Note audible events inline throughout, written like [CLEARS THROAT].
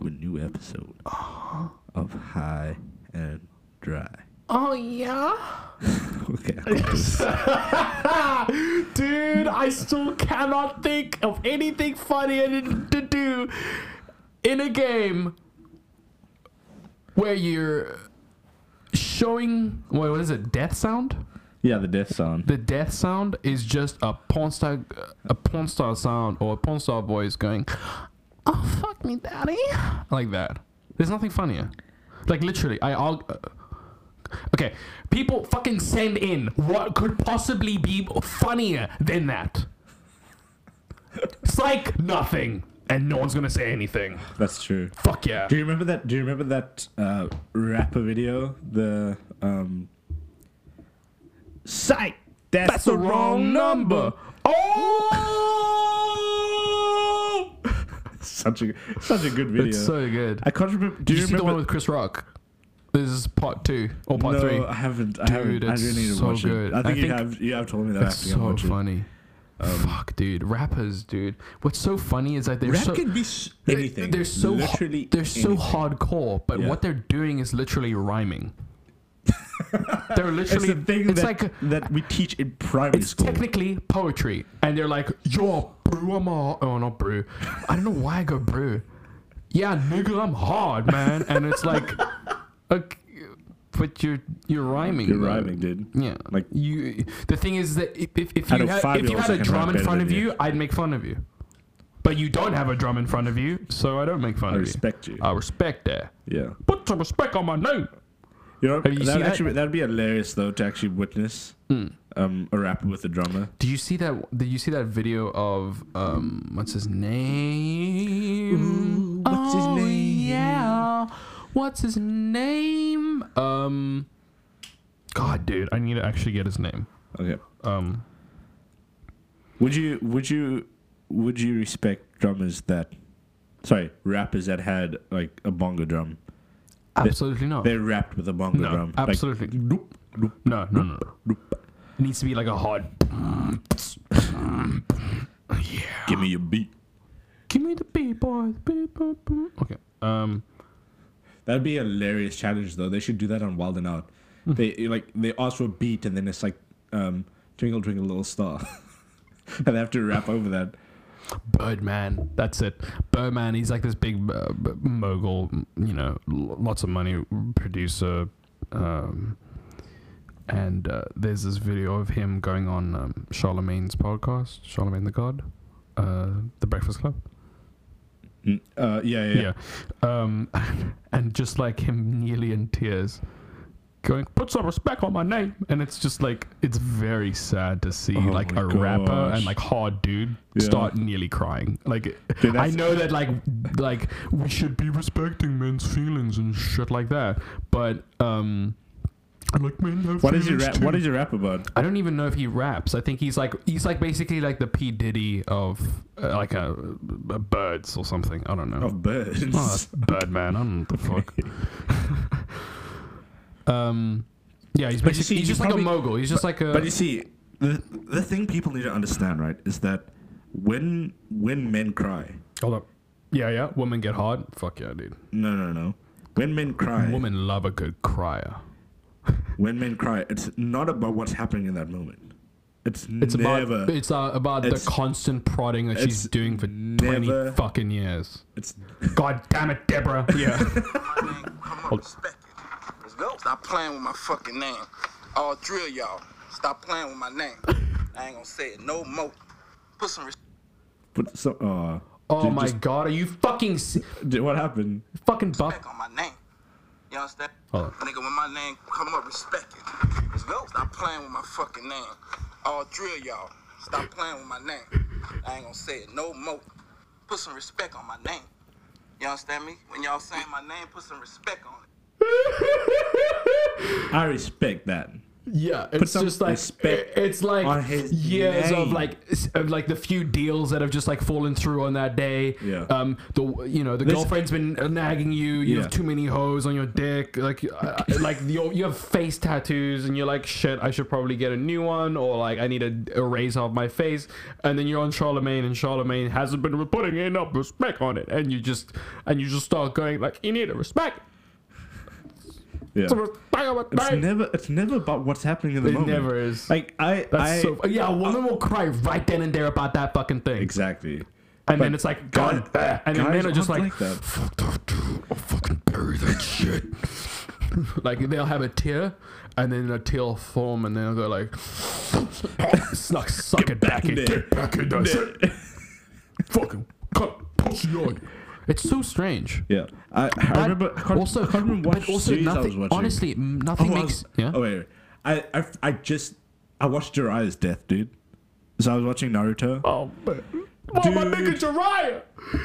new episode of High and [LAUGHS] Dry. Oh yeah, okay. I'll just- [LAUGHS] dude! I still cannot think of anything funnier than- to do in a game where you're showing. Wait, what is it? Death sound? [LAUGHS] yeah, the death sound. The death sound is just a porn star, a porn star sound or a porn star voice going, "Oh fuck me, daddy," like that. There's nothing funnier. Like literally, I all. Okay, people fucking send in what could possibly be funnier than that. It's like nothing, and no one's gonna say anything. That's true. Fuck yeah. Do you remember that? Do you remember that uh, rapper video? The um, psych. That's, That's the wrong number. Oh, [LAUGHS] Such a such a good video. it's so good. I can't remember. Do Did you, you see the remember? one with Chris Rock? This is part two or part no, three. I haven't. I haven't. Dude, I it's do need to so watch good. it. I I think, you think have. You have told me that. I It's have to go so watch it. funny. Um, Fuck, dude, rappers, dude. What's so funny is that they're Rap so can be s- they- anything. They're so ho- literally. they're so anything. hardcore, but Yeah. what they're doing is literally [LAUGHS] rhyming. they're It's literally. the It's, thing that, like that we teach in primary it's school. technically poetry, and they're like, "Yo, brew, I'm all, oh not brew. I don't know why I go brew. Yeah, nigga, I'm hard, man. And [LAUGHS] it's like, okay, but you're you're rhyming. You're though. rhyming, dude. Yeah. Like- Like you, the thing is that if if, if I you know had, if you five-year-olds had that a can drum rap in better front than of you. you, I'd make fun of you. But you don't have a drum in front of you, so I don't make fun I of respect you. you. I respect that. Yeah. Put some respect on my name. You know, Have you that seen that? Hmm. actually that'd be hilarious though to actually witness um, a rapper with a drummer. Do you see that? Did you see that video of um? What's his name? what's his Oh, name? Yeah. What's his name? Um. God, dude, I need to actually get his name. Okay. Um. Would you would you would you respect drummers that sorry, rappers that had like a bongo drum? Absolutely not. They rapped with a bongo No, drum. Like, absolutely. doop, doop, No, no, no. no. doop. It needs to be like a hard. Give me your beat. Give me the beat, boys. Beat, boop, boop. Okay. Um. That'd be a hilarious challenge though. They should do that on Wild and Out. Mm. They like they ask for a beat and then it's like um, twinkle twinkle little star. [LAUGHS] and they have to rap over that. Birdman. That's it. Birdman. He's like this big uh, b- mogul, you know, l- lots of money producer. Um, and uh, there's this video of him going on um, Charlemagne's podcast, Charlemagne the God, uh, The Breakfast Club. Mm, Uh, yeah, yeah, yeah. Yeah. Um, [LAUGHS] and just like him nearly in tears. Going, put some respect on my name, and it's just like it's very sad to see Oh like my a rapper gosh. and like hard dude Yeah. start nearly crying. Like Dude, I that's- know that like like we should be respecting men's feelings and shit like that, but um, like men have What is your feelings rap? too. What is your rap about? I don't even know if he raps. I think he's like he's like basically like the P Diddy of uh, like a, a birds or something. I don't know. Of birds. Oh, [LAUGHS] that's Birdman. I don't know what the fuck. um, yeah, he's But you basically, see, he's you just probably- like a mogul. He's just like a. But you see, the the thing people need to understand, right, is that when when men cry, hold up. Yeah, yeah. Women get hard. Fuck yeah, dude. no, no, no, when men cry, Women love a good crier. when men cry, it's not about what's happening in that moment. It's, It's never, about it's uh, about It's- the constant prodding that she's it's doing for never- twenty fucking years. it's [LAUGHS] God damn it, Deborah. Yeah. Come on, respect it. Let's go. Stop playing with my fucking name. I'll drill y'all. Stop playing with my name. I ain't gonna say it no more. Put some respect. but so. Uh, oh ju- my just- god, are you fucking s- ju- what happened? fucking buff? respect on my name. You understand? Hold on. Nigga, when my name come up, respect it. Let's go. Stop playing with my fucking name. I'll drill y'all. Stop playing with my name. I ain't gonna say it no more. Put some respect on my name. You understand me? When y'all saying my name, put some respect on it. I respect that. Yeah, it's some just like respect it- it's like on his years of name. like s- of like the few deals that have just like fallen through on that day. Yeah. Um. The you know the This- girlfriend's been nagging you. You Yeah. have too many hoes on your dick. Like uh, like you you have face tattoos and you're like shit. I should probably get a new one or like I need to erase off my face. And then you're on Charlemagne and Charlemagne hasn't been putting enough respect on it. And you just and you just start going like you need to respect. Yeah. Some respect on my It's name." never it's never about what's happening in the It moment. never is. Like I That's I uh, so. Yeah, a woman will cry right then and there about that fucking [LAUGHS] thing. exactly. but And then it's like gone. guys- uh, and then guys men are just aren't like, like that. [LAUGHS] fuck that dude. I'll fucking bury that shit. [LAUGHS] like they'll have a tear, and then a tear will form, and then they'll go like, suck, suck it back in, in there. get back in there, shit. fucking cut, pussy on. It's so strange. Yeah. I, I remember I can't, also, I can't remember what but also series nothing. I was watching. Honestly, oh, nothing I makes. was- Yeah. oh wait, wait. I, I I just I watched Jiraiya's death, dude. So I was watching Naruto. Oh, but what am I Dude. making Jiraiya?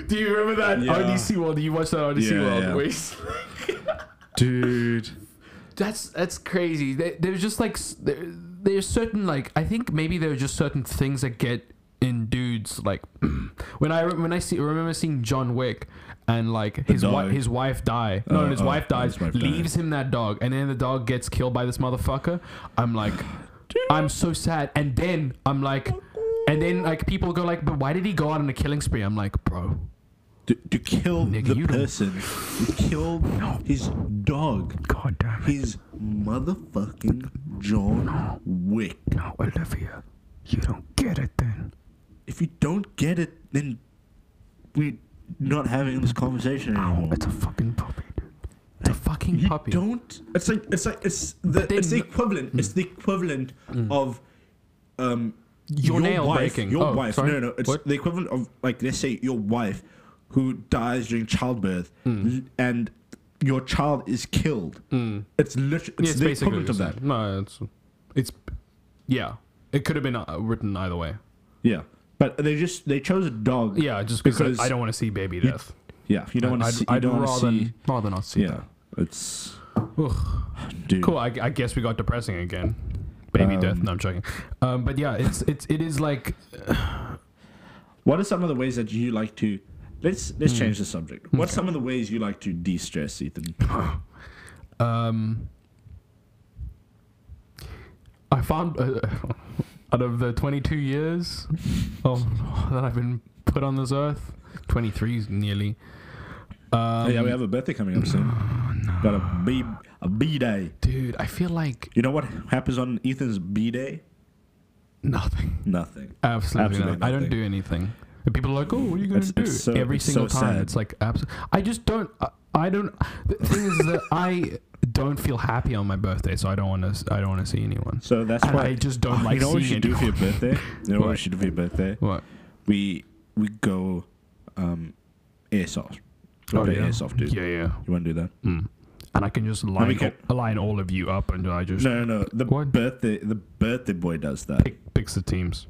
Do you remember that Yeah. RDC World? Do you watch that RDC Yeah, World? yeah. where he's- [LAUGHS] Dude. that's that's crazy. There- There's just like s- there, there's certain like I think maybe there are just certain things that get in dudes like [CLEARS THROAT] when I when I see remember seeing John Wick and like his dog. wife his wife die no Oh, his oh, wife dies his wife died. leaves him that dog and then the dog gets killed by this motherfucker I'm like I'm so sad and then I'm like and then like people go like but why did he go out on a killing spree I'm like bro To, to kill Nigga, the you don't- person. He killed his dog. god damn His motherfucking John Wick. no Olivia you don't get it then If you don't get it, then we're not having this conversation anymore. It's a fucking puppy, dude. It's a fucking You puppy. don't. It's like it's like it's the they it's the kn- equivalent. It's the equivalent of um Your Hmm. nail wife, breaking. Your Oh, wife. sorry. No, no. It's What? the equivalent of like let's say your wife who dies during childbirth Hmm. l- and your child is killed. It's literally it's, Yeah, the Hmm. basically equivalent of the that. same. No, it's it's yeah. It could have been uh, written either way. Yeah. But they just they chose a dog. Yeah, just because, Because I don't want to see baby death. Yeah. You don't want to I'd, see. You I'd don't want rather to see. rather not see. Yeah. that. It's Ugh. dude. Cool. I, I guess we got depressing again. Baby death. No, I'm joking. Um, but yeah, it's it's it is like What are some of the ways that you like to? Let's Hmm. let's change the subject. What's some of the ways you like to de-stress, Ethan? um, I found uh, [LAUGHS] out of the 22 years of, that I've been put on this earth, 23 is nearly. Um, yeah, we have a birthday coming up soon. Got a B a B day. dude, I feel like You know what happens on Ethan's B day? nothing. Nothing. Uh, Absolutely, Absolutely nothing. I don't nothing. do anything. And people are like, "Oh, what are you going It's- to do?" it's so- Every it's single so time, sad. it's like absolutely. I just don't. I, I don't. The thing is that I don't feel happy on my birthday, so I don't want to. I don't want to see anyone. So that's And why I just [LAUGHS] don't You like know what we seeing should do for your anyone. [LAUGHS] birthday? You know what we What? should do for your birthday? What? We we go um airsoft. We play airsoft, dude. Oh, Yeah, Mm. yeah. You want to do that? And I can just line, can- line all of you up, and I just No, no, no. The What? birthday the birthday boy does that. pick, picks the teams.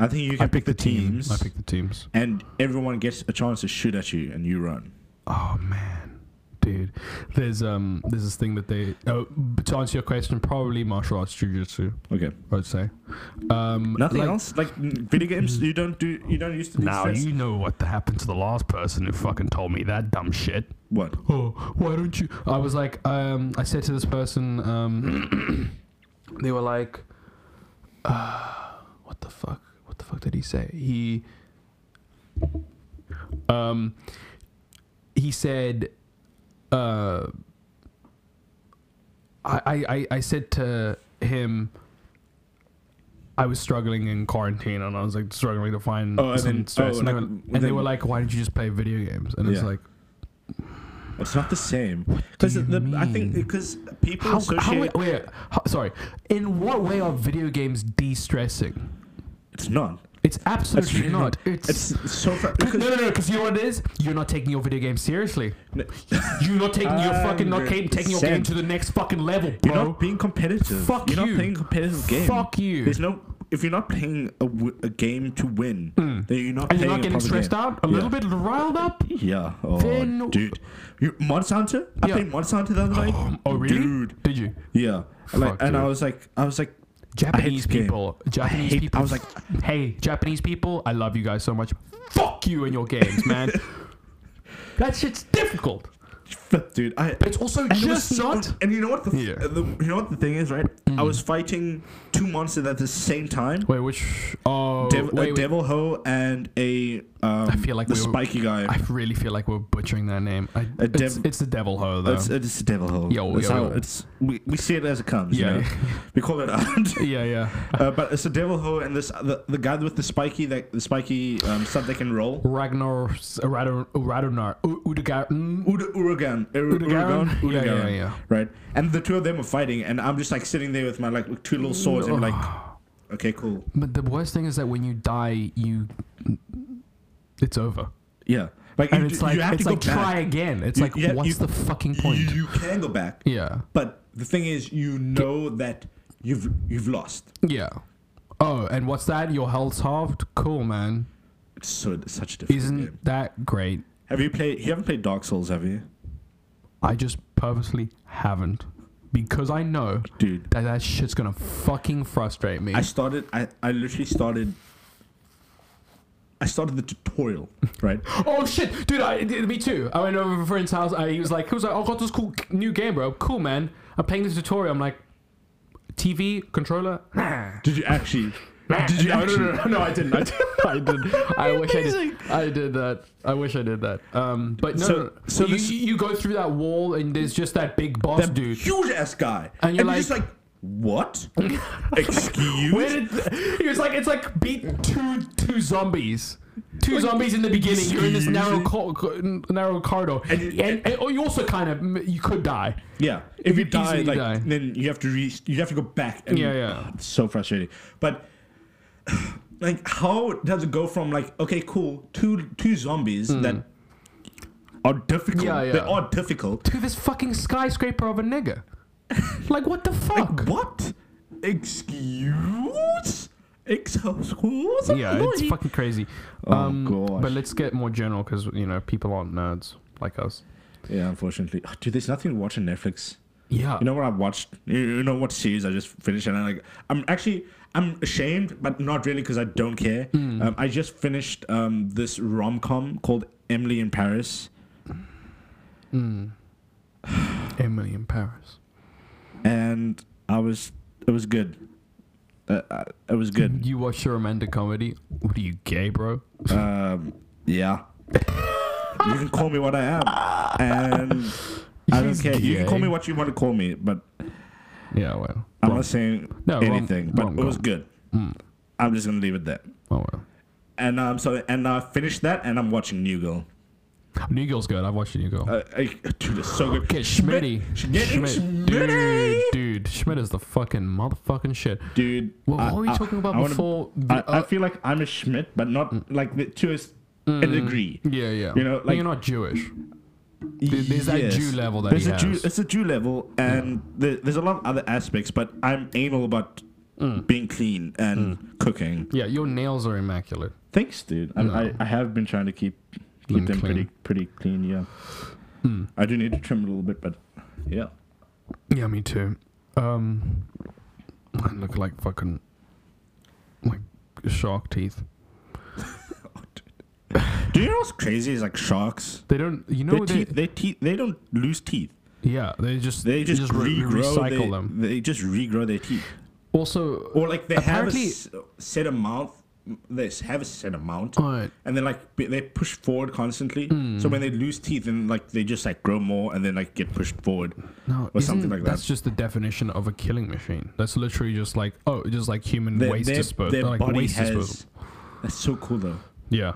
I think you can pick the team. teams, I pick the teams. and everyone gets a chance to shoot at you, and you run. Oh man, dude, there's um, there's this thing that they. Oh, but to answer your question, probably martial arts, jujitsu. Okay. I'd say. Um, Nothing like- else like mm, video games. You don't do. You don't use to. Now de-stress? you know what happened to the last person who fucking told me that dumb shit. what? Oh, why don't you? I was like, um, I said to this person, um, [CLEARS THROAT] they were like, uh, what the fuck? What the fuck did he say? He, um, he said, uh, I, I, I- I said to him, I was struggling in quarantine, and I was like struggling to find Oh, and some then- stress. oh, and, they like, were, w- and they then- were like, "Why didn't you just play video games?" And it's Yeah. like, It's not the same. Because you I think mean? because people How, how, associate. wait, how- sorry. In what way are video games de-stressing? it's not. It's absolutely really not. It's, It's so fa- no, because no, no. Because you know what it is? You're not taking your video game seriously. No. You're not taking your fucking not ca- taking your game 100%. to the next fucking level, you're bro. not being competitive. Fuck you're you. not playing competitive game. Fuck you. There's no if you're not playing a, w- a game to win, then you're not. And you're playing Hmm. not getting proper stressed game. out, a yeah. little bit riled up. Yeah. Oh, Then- dude, you, Monster Hunter. I Yeah. played Monster Hunter the other night. Oh, really? Dude. Did you? Yeah. like, Fuck, and I dude. was like, I was like, I hate Japanese this game. people. Japanese hate- people. I was like, [LAUGHS] hey, Japanese people, I love you guys so much. Fuck you and your games, [LAUGHS] man. that shit's difficult. flip, dude. I. But it's also it was just so- not. And you know what the, Yeah. Mm. the you know what the thing is, right? I was fighting two monsters at the same time. Wait, which? Oh, Dev- wait, a wait. devil ho and a um, I feel like the we were- spiky guy. I really feel like we're butchering that name. I, A it's, dev- it's the devil ho though. It's, it's a devil hole. Yo, That's yo, how yo. It's, we, we see it as it comes. Yeah. You know? [LAUGHS] we call it out. yeah, yeah. uh, but it's a devil hole and this the, the guy with the spiky that the spiky um, stuff that can roll. Ragnar S- Radon- Radonar U- Udegar. mm, Ud- Urugan. Ur- Urugan? Urugan. Yeah, yeah, Urugan. yeah. Right. And the two of them are fighting, and I'm just like sitting there with my like two little swords and like, okay, cool. But the worst thing is that when you die, you it's over. Yeah. Like, And you, it's d- like you have it's to like go try back. again. It's You- like yeah, what's you- the fucking You- point? You, can go back. Yeah. But the thing is, you know that you've you've lost. Yeah. Oh, and what's that? Your health's halved? Cool, man. It's so it's such a different Isn't game. that great? Have you played? You haven't played Dark Souls, have you? I just purposely haven't. Because I know Dude. that that shit's gonna fucking frustrate me. I started. I, I literally started. I started the tutorial, [GASPS] right? oh shit, dude! I, d- me too. I went over to a friend's house. I, he was like, "He was like, oh, I got this cool k- new game, bro. Cool, man. I'm playing this tutorial. I'm like, TV controller. Nah. Did you actually? [LAUGHS] Did did you no, actually? No, no, no, no, I didn't. [LAUGHS] I did. I did. I wish I Amazing. did. I did that. I wish I did that. Um, but no, So- no, no. so you, this- you go through that wall and there's just that big boss That dude. huge ass guy, And you're just like- like, [LAUGHS] what? Excuse? Where did he was like? It's like beat two two zombies. Two zombies in the beginning. You're in this narrow co- co- narrow corridor, and, you- and, or you also kind of you could die. Yeah, if you could easily die, like die. then you have to re- you have to go back. And, Ah, Yeah, yeah. It's so frustrating. But [SIGHS] like, how does it go from like okay, cool, two two zombies that are difficult? Hmm. Yeah, yeah. They are difficult. To this fucking skyscraper of a nigger. [LAUGHS] like what the fuck? What? Excuse? Excuse? yeah, it's fucking crazy. um, gosh. But let's get more general because you know people aren't nerds like us. Yeah, unfortunately, Oh, dude. There's nothing to watch on Netflix. Yeah. You know what I've watched? You you know what series I just finished? And I like, I'm actually, I'm ashamed, but not really because I don't care. Hmm. Um, I just finished um, this rom com called Emily in Paris, Emily in Paris. and I was, it was good. Uh, uh, it was good. You watch a romantic comedy? What are you gay, bro? Um, yeah. you can call me what I am, and I don't She's care. You can call gay. me what you want to call me, but Yeah. Well. I'm not saying No, rom- anything. but it was rom-com. good. Hmm. I'm just gonna leave it there. Oh well. And I'm sorry. And I finished that, and I'm watching New Girl. New Girl's good. I've watched New Girl. Uh, I, dude, it's so good. Get Schmitty. Schmidt- getting Schmidt. Schmitty. Dude, dude, Schmidt is the fucking motherfucking shit. Dude, Well, I- what were we I- talking about I wanna- before? I, The- I uh, Mm. feel like I'm a Schmidt, but not like the, to a, s- a degree. yeah, yeah. You know, But like- you're not Jewish. there's that Jew level that there's he a Jew, has. It's a Jew level, and there, there's a lot of other aspects, but I'm anal about Mm. being clean and cooking. Yeah, your nails are immaculate. Thanks, dude. I, I, I have been trying to keep keep Mm. them Them clean. Mm. pretty pretty clean. Yeah, I do need to trim a little bit, but yeah. Yeah, me too. Um, I look like fucking like shark teeth. Do you know what's crazy? Is like sharks. They don't. You Their know they. teeth, their teeth, they don't lose teeth. yeah, they just They just, re- regrow. recycle they, them. They just regrow their teeth, Also, or like they Apparently- have a s- set amount. They s- have a set amount, Alright. and then like b- they push forward constantly. Hmm. So when they lose teeth, and like they just like grow more, and then like get pushed forward, no, or something isn't- like That's that. just the definition of a killing machine. That's literally just like oh, just like human Their, waste their, disposal. their like body waste has. disposal. That's so cool, though. Yeah,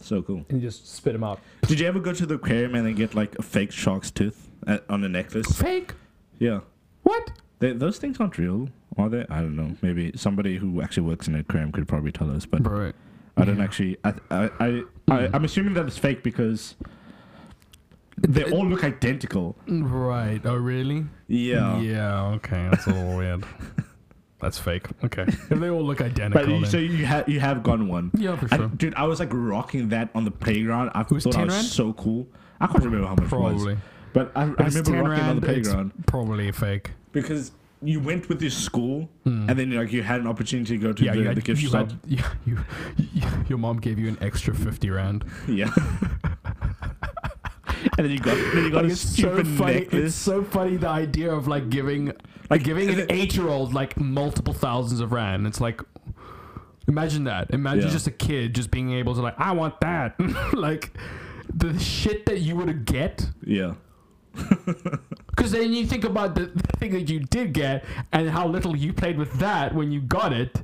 So cool. and just spit them out. Did you ever go to the aquarium and then get like a fake shark's tooth uh on a necklace? Fake. Yeah. What? They, those things aren't real, are they? I don't know. Maybe somebody who actually works in an aquarium could probably tell us, but Bro, Mm. I don't actually. I, I, I, I, I'm assuming that it's fake because They all look identical. Right. Oh, really? Yeah. Yeah. Okay. That's a little [LAUGHS] weird. That's fake. Okay. [LAUGHS] If they all look identical, But you, then- so you have you have gone one. Yeah, for I- sure. dude, I was like rocking that on the playground. I was thought I 10 was rand? so cool. I can't remember how much it Probably. was. But I, I It's remember 10 rocking it on the rand, it's playground Probably fake. because you went with your school and then like you had an opportunity to go to Hmm. Yeah, the, you had, the gift you shop. had- [LAUGHS] yeah, you, you- your mom gave you an extra fifty rand. Yeah. [LAUGHS] and then you got then you got a Like, stupid funny. necklace. It's so funny the idea of like giving like giving an eight year old like multiple thousands of rand. It's like imagine that. Imagine Yeah. just a kid just being able to like I want that. [LAUGHS] like the shit that you would get. yeah. Because then you think about the, the thing that you did get and how little you played with that when you got it.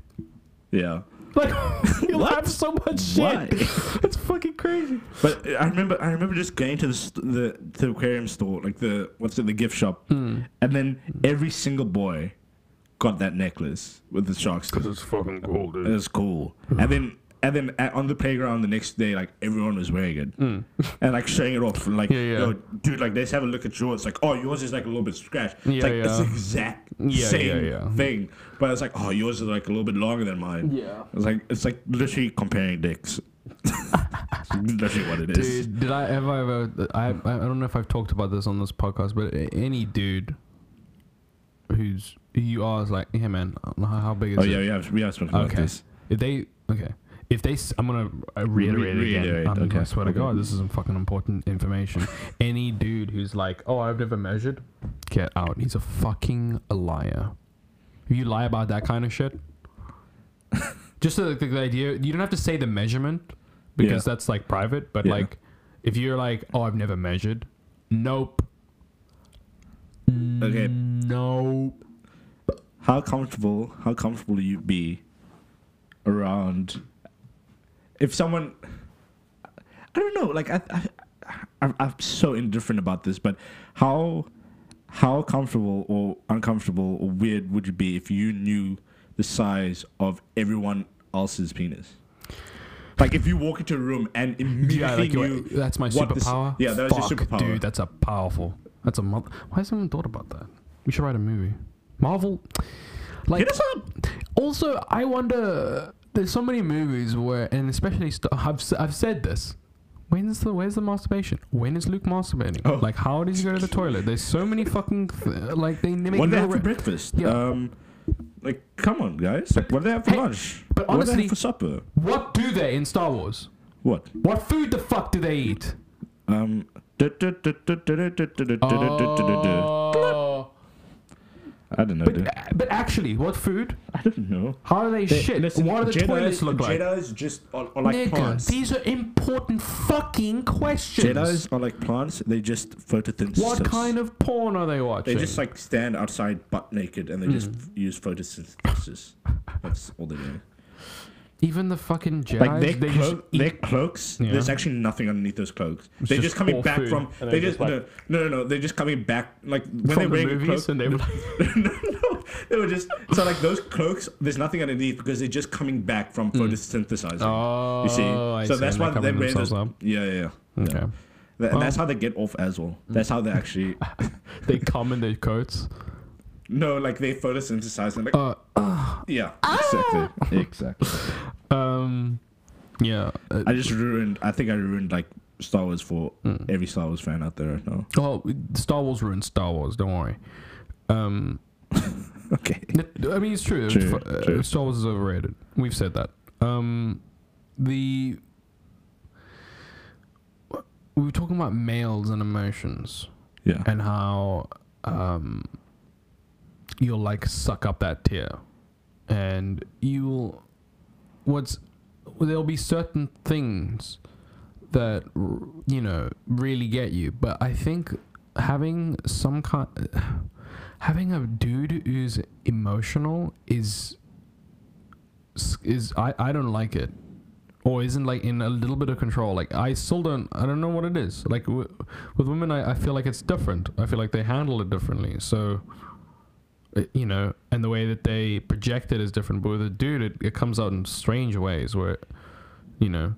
Yeah. Like [LAUGHS] you'll have so much shit. Why? [LAUGHS] It's fucking crazy. But I remember, I remember just going to the st- the, the aquarium store, like the what's it, the gift shop, Hmm. and then every single boy got that necklace with the sharks. It It's fucking cool, dude. was cool. and then, and then at, on the playground the next day, like everyone was wearing it [LAUGHS] and like showing it off, and, like, Mm. Yeah, yeah. "Yo, dude, like let's have a look at yours. Like, oh, yours is like a little bit scratched. Yeah, it's like it's the yeah. exact yeah, same yeah. thing. But it's like, oh, yours is like a little bit longer than mine. Yeah. it's like it's like literally comparing [LAUGHS] dicks. That's what it is. Dude, did I ever ever? I I I don't know if I've talked about this on this podcast, but a- any dude who's who you are is like, hey man, how how big is Oh it? yeah, we have we have spoken about okay. this. If they okay, if they, s- I'm gonna uh, reiterate Re- it again. reiterate, Um, I okay. swear to God, this is some fucking [LAUGHS] important information. any dude who's like, oh, I've never measured, get out. He's a fucking liar. If you lie about that kind [LAUGHS] of shit, just so, like the, the idea, you don't have to say the measurement because Yeah. that's like private. But Yeah. like, if you're like, oh, I've never measured, nope, Okay, nope. how comfortable how comfortable you be around if someone I don't know like I, I I'm, I'm so indifferent about this, but how how comfortable or uncomfortable or weird would you be if you knew the size of everyone else's penis? Like if you walk into a room and immediately Yeah, like your- knew that's my what the s- superpower. yeah, that was Fuck, your superpower. dude. That's a powerful. That's a month. Why has no one thought about that? We should write a movie. Marvel, like Hit us up. also, I wonder. There's so many movies where, and especially st- I've s- I've said this. When's the where's the masturbation? When is Luke masturbating? Oh. Like how does he go to the toilet? There's so many fucking th- like they make What do no they have for re- breakfast? Yeah. Um, like, come on, guys. Like, what do they have for Hey, lunch? but what do they honestly- have for supper? What do they in Star Wars? What? What food the fuck do they eat? Um. I Oh. don't know. dude. But, uh, but actually, what food? I don't know. How do they, shit? Listen, what do the Jedi- toilets look like? Jedi's just are, are like Nigga, plants. these are important fucking questions. Jedi's are like plants. They just photosynthesis. what kind of porn are they They watching? just like stand outside butt naked and they just f- Hmm. use photosynthesis. That's all they do. Even the fucking Jedi, Like they their, clo- just eat their cloaks, Yeah. there's actually nothing underneath those cloaks. they're just just, coming all back food. from. And They they're just, just like- no, no, no, no. They're just coming back like when they're from the wearing a movies, cloak. and they were [LAUGHS] like, no, no, they were just so like those cloaks. There's nothing underneath because they're just coming back from photosynthesizing. Hmm. "Oh, you see, I so see, that's and they're why they covering wear themselves those. up. Yeah, yeah, yeah. Okay. Th- and that's how they get off as well. Hmm. That's [LAUGHS] how they actually They come in their coats. no, like they photosynthesize and like Uh, yeah, Ah! exactly, exactly. Um, yeah. Uh, I just ruined. I think I ruined like Star Wars for Hmm. every Star Wars fan out there right now. oh, Star Wars ruined Star Wars. Don't worry. Um, Okay. N- I mean, it's true. True, F- uh, true. Star Wars is overrated. We've said that. Um, the we were talking about males and emotions Yeah. and how um, you'll like suck up that tear, and you'll what's there'll be certain things that r- you know really get you, but I think having some kind having a dude who's emotional is s- is I, I don't like it or isn't like in a little bit of control like i still don't i don't know what it is like w- with women I, I feel like it's different i feel like they handle it differently so uh, you know and the way that they project it is different but with a dude it, it comes out in strange ways where you know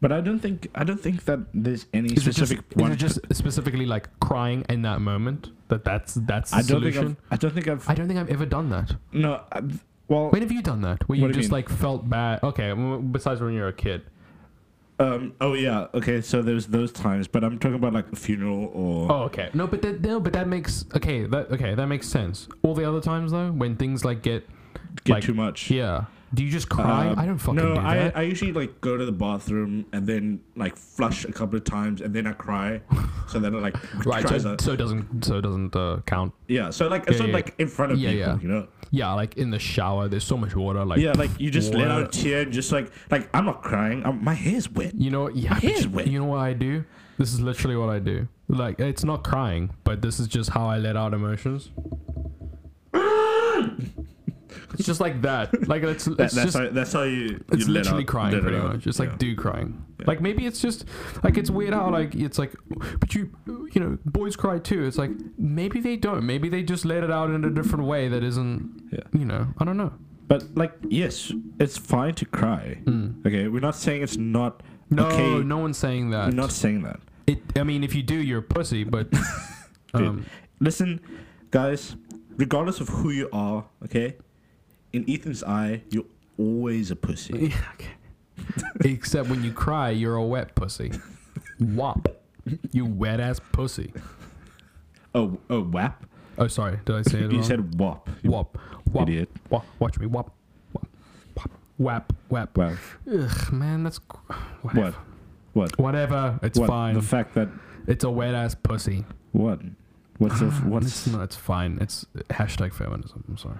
But I don't think I don't think that there's any Is it, just, specific is one. it just specifically like crying in that moment? That that's that's the I don't solution. think I've, I don't think I've I don't think I've ever done that. no. I've, well, When have you done that? Where you What do you just mean? like felt bad? Okay, w- besides when you're a kid. um, oh yeah, okay. So there's those times, but I'm talking about like a funeral or Oh, okay. No, but that no, but that makes okay. That okay, that makes sense. All the other times though, when things like get get like, too much. Yeah. Do you just cry? Um, I don't fucking no, do I, that. I usually like go to the bathroom and then like flush a couple of times and then I cry, so then I like [LAUGHS] right. tries So, out- so it doesn't so it doesn't uh, count. yeah. So like it's Yeah, not yeah. like in front of Yeah, people, yeah. you know. Yeah, like in the shower, there's so much water. Like Yeah, like you just let out a what? tear and just like like I'm not crying. I'm, my hair's wet. You know, yeah, hair's but you, wet. you know what I do? This is literally what I do. Like, it's not crying, but this is just how I let [LAUGHS] out emotions. it's just like that. Like, it's, That, it's that's just, how that's how you. it's you let literally out- crying let it pretty out. much. It's like Yeah. dude crying. Like maybe it's just like it's weird how like it's like, but you you know boys cry too. It's like maybe they don't. Maybe they just let it out in a different way that isn't. Yeah. You know, I don't know. But like, yes, it's fine to cry. Hmm. Okay, we're not saying it's not No, okay. no one's saying that. we're not saying that. It, I mean, if you do, you're a [LAUGHS] pussy. But um, Listen, guys, regardless of who you are, okay, in Ethan's eye, you're always a pussy. Yeah, [LAUGHS] okay. Except when you cry, you're a wet pussy. Wop. You wet ass pussy. Oh, oh, wap. Oh, sorry. Did I say it You wrong? said wap. wop. Wop. idiot. Wop. Watch me. Wop. Wop. Wop. Wap. Wap. Wow. Ugh, man, that's. gr- Whatever. What? What? Whatever. It's what? fine. The fact that it's a wet ass pussy. what? What's the what's Ah, It's not. It's fine. It's hashtag feminism. I'm sorry.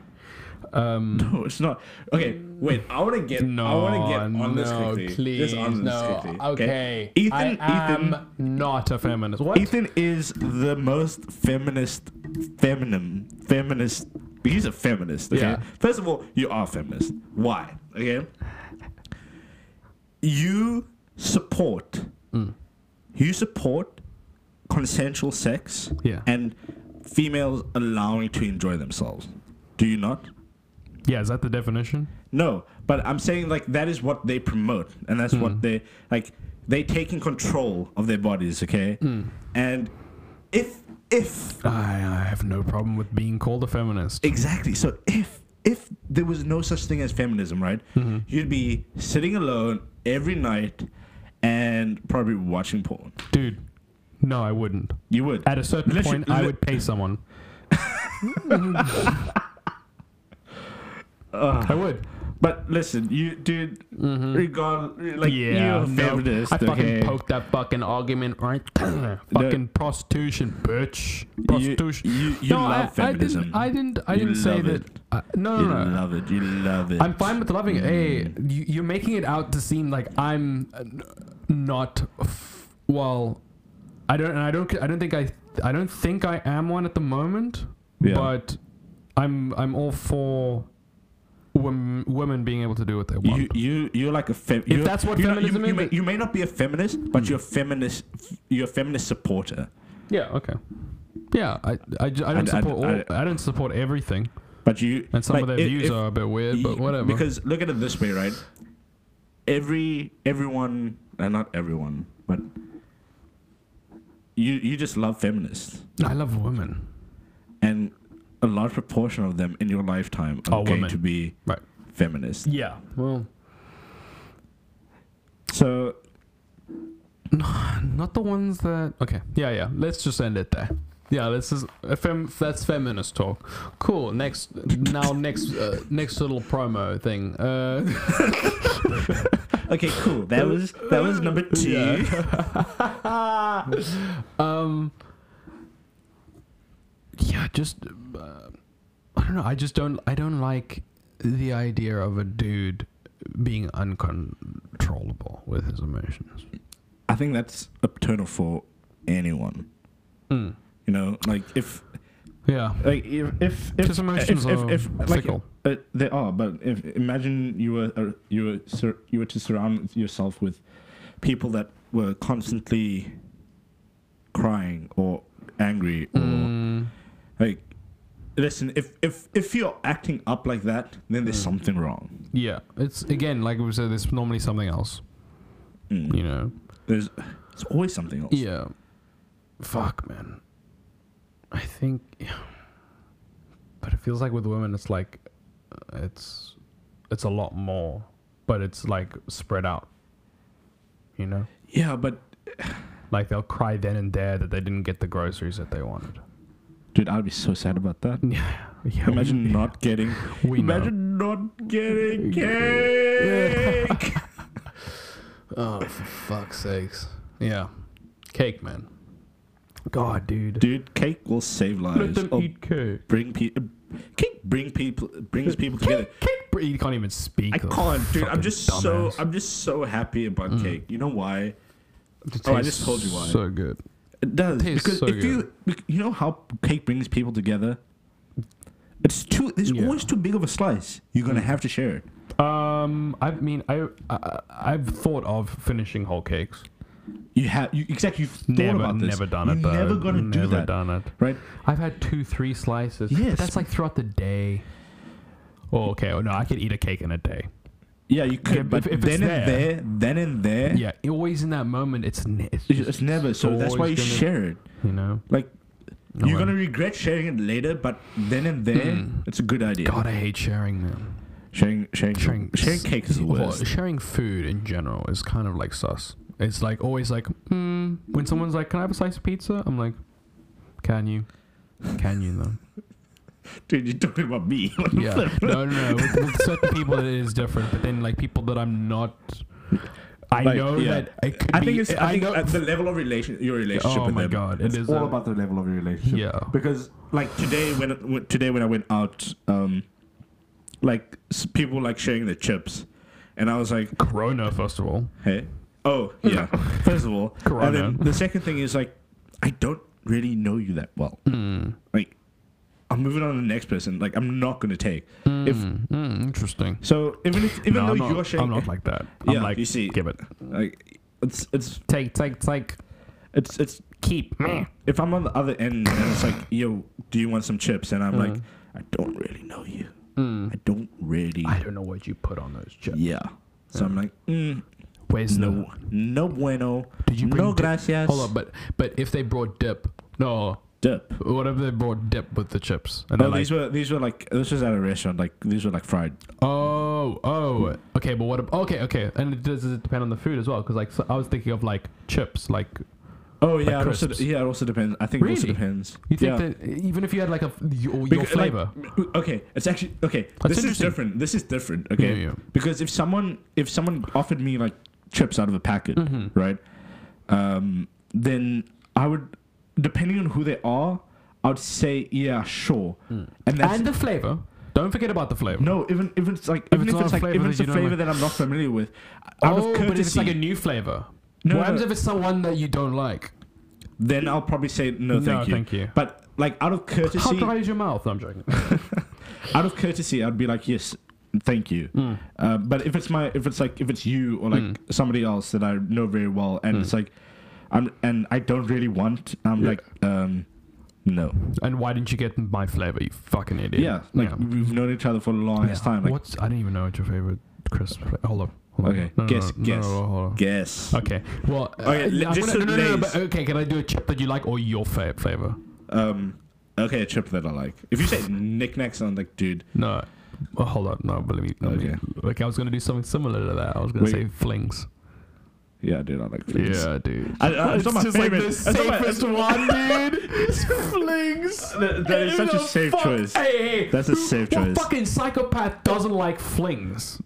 Um. [LAUGHS] No, it's not. Okay, wait. I want to get. No, I want to get on no, this quickly. Just Please, on this no. quickly, Okay. Ethan. I Ethan. am not a feminist. What? Ethan is the most feminist, feminine, feminist. He's a feminist. Okay. Yeah. First of all, you are feminist. Why? Okay. You support. Mm. You support consensual sex. Yeah. And females allowing to enjoy themselves. Do you not? Yeah, is that the definition? No, but I'm saying like that is what they promote, and that's Hmm. what they like. They taking control of their bodies, okay? Hmm. And if if I, I have no problem with being called a feminist. exactly, so if if there was no such thing as feminism, right? Mm-hmm. You'd be sitting alone every night and probably watching porn. Dude, no, I wouldn't. You would At a certain Literally- point, I li- would [LAUGHS] pay someone. I would. But listen, you dude, regard like you're Mm-hmm. Yeah, a no, feminist, I fucking okay? poked that fucking argument right [CLEARS THROAT] there. Fucking prostitution, bitch. Prostitution. you- you love feminism. I didn't. I didn't. I You didn't say love that. it. I- no, You no, no. love it. You love it. I'm fine with loving it. Hey, you, you're making it out to seem like I'm uh, n- not. F- well, I don't. And I don't. I don't think I. I don't think I am one at the moment. Yeah. But I'm. I'm all for women, women being able to do what they want. You you you're like a fem- you're- that's what you're feminism Hmm. not, you, is, You may, but- you may not be a feminist, but you're a feminist. You're a feminist supporter, yeah. Okay. Yeah. I. I, ju- I don't I- I- support. I- all, I, don't support everything. but you And some of like, their if- views if are a bit weird, you- but whatever. Because look at it this way, right? Every everyone, and not everyone, but you you just love feminists, I love women. and a large proportion of them in your lifetime are Are going women. to be Right. feminists. Yeah. Well. So Not the ones that. Okay. Yeah, yeah. Let's just end it there. Yeah, this is a fem- that's feminist talk. Cool. Next, now next, uh, next little promo thing. [LAUGHS] Uh, okay, cool. That was that was number [LAUGHS] two. um, yeah, just uh, I don't know. I just don't. I don't like the idea of a dude being uncontrollable with his emotions. I think that's a turner for anyone. Mm. You know, like if Yeah. like if if if, Just emotions if, if, are if, like fickle. uh, they are, but if imagine you were uh, you were sur- you were to surround yourself with people that were constantly crying or angry or Mm. like listen if if if you're acting up like Mm. that then there's something wrong Yeah. It's again like we said. It's normally something else. You know. There's, there's always something else. Yeah. Fuck, man. I think. [SIGHS] Yeah. But it feels like with women, it's like, uh, it's, it's a lot more, but it's like spread out. You know, Yeah, but like they'll cry then and there that they didn't get the groceries that they wanted. dude, I'd be so sad about that. [LAUGHS] Yeah. Yeah. [LAUGHS] Imagine not getting. Mm. We know. imagine not [LAUGHS] getting cake. Oh, for fuck's sakes. Yeah. Cake, man. God, dude. oh. dude, cake will save Let lives. them or eat cake. Bring people. Cake bring people brings people together. Cake, br- you can't even speak. I oh, can't, dude. I'm fucking just so dumbass. Mm. I'm just so happy about cake. You know why? It oh, I tastes just told you why. So good. It does Tastes because so if you you know how cake brings people together. It's too. There's Yeah. Mm. always too big of a slice. You're gonna have to share it. Um, I mean, I, I I've thought of finishing whole cakes. You have you exactly. You've thought Never, about this. never done You're it. Though. Never gonna do Never that, Done it. right? I've had two, three slices. but Yes. that's like throughout the day. Oh, okay. Oh no, I could eat a cake in a day. Yeah, you could. Yeah, but if- if it's then and there- there, then and there, Yeah, always in that moment, it's ne- it's, it's, just, it's never. So that's why you always gonna- share it. you know. Like you're man. gonna regret sharing it later, but then and there, it's a good idea. Hmm. God, I hate sharing them. Sharing, sharing, sharing, sharing sharing cake [LAUGHS] is the well, worst. sharing food in general is kind of like sus. It's like always like mm, when someone's like, "Can I have a slice of pizza?" I'm like, "Can you? Can you [LAUGHS] though?" Dude, you're talking about me. [LAUGHS] What the Yeah. flip? No, no, no. With, with certain people, it is different. But then like people that I'm not, I Like, know yeah. that I could I be. think it's I, think know, at the level of relation your relationship Oh with my them. God, it it's is all a- about the level of your relationship. Yeah. Because like today when, when today when I went out um like s- people like sharing their chips and I was like, Corona, first of all. "Hey. Oh, [LAUGHS] yeah. First of all, and then Corona. the second thing is like I don't really know you that well. Hmm. Like I'm moving on to the next person. Like I'm not going to take. If Mm, mm, interesting. so even if even No, though I'm, not, you're sharing I'm not like that. Yeah, I'm like, you see. give it. like it's it's Take, take, take. it's it's Keep. Meh. if I'm on the other end and it's like, yo, do you want some chips? And I'm Hmm. like, I don't really know you. I don't really. I don't know what you put on those chips. yeah. So I'm like, mm, Where's the no, no bueno. Did you bring no dip? gracias. Hold on, but but if they brought dip, no. dip. What if they brought dip with the chips? And No, they're like, these were these were like this was at a restaurant. Like these were like fried. oh, oh, okay, but what? Ab- okay, okay, and it does, does it depend on the food as well? Because like so I was thinking of like chips, like Oh yeah, it also, crisps. yeah. It also depends. I think it also Really? depends. you think yeah. that even if you had like a f- your, your Because, like, flavor, m- okay, it's actually okay. That's this is interesting. different. This is different. Okay, Yeah, yeah. because if someone if someone offered me like chips out of a packet, Mm-hmm. right, um, then I would, depending on who they are, I would say yeah, sure, and that's. Hmm. and the flavor. Don't forget about the flavor. no, even if it's like If even it's if not it's a like flavor even that if it's a you don't flavor like- that I'm not familiar with, out oh, of but if it's courtesy, like a new flavor. No, what happens no. if it's someone that you don't like? then I'll probably say no, thank you. thank you. But like out of How courtesy, dry is your mouth? No, I'm joking. [LAUGHS] out of courtesy, I'd be like, yes, thank you. Hmm. Uh, but if it's my, if it's like, if it's you or like somebody else that I know very well, and it's like, I'm and I don't really want, I'm Hmm. Yeah. like, um, no, and why didn't you get my flavor? You fucking idiot. yeah, like we've known each other for the longest time. Like, What's I don't even know what your favorite crisp. Fla- hold on. Hold on. okay, guess, guess, hold on. guess. Okay. Well. uh, Okay, I'm just gonna- so no, no, no, no, Lay's- but okay, can I do a chip that you like or your fa- flavor? Um, okay, a chip that I like. If you say knickknacks, I'm like, dude, No. Well, hold on. No, but let me. Let Okay. Me, like I was gonna do something similar to that. I was gonna Wait. say flings. yeah, dude, I like flings. Yeah, dude. I, I, it's, not my favorite. it's not my- it's- one, [LAUGHS] dude. It's flings. That- that is such a The safe fuck- choice. Hey, hey, That's a who- safe choice. What fucking psychopath doesn't like flings?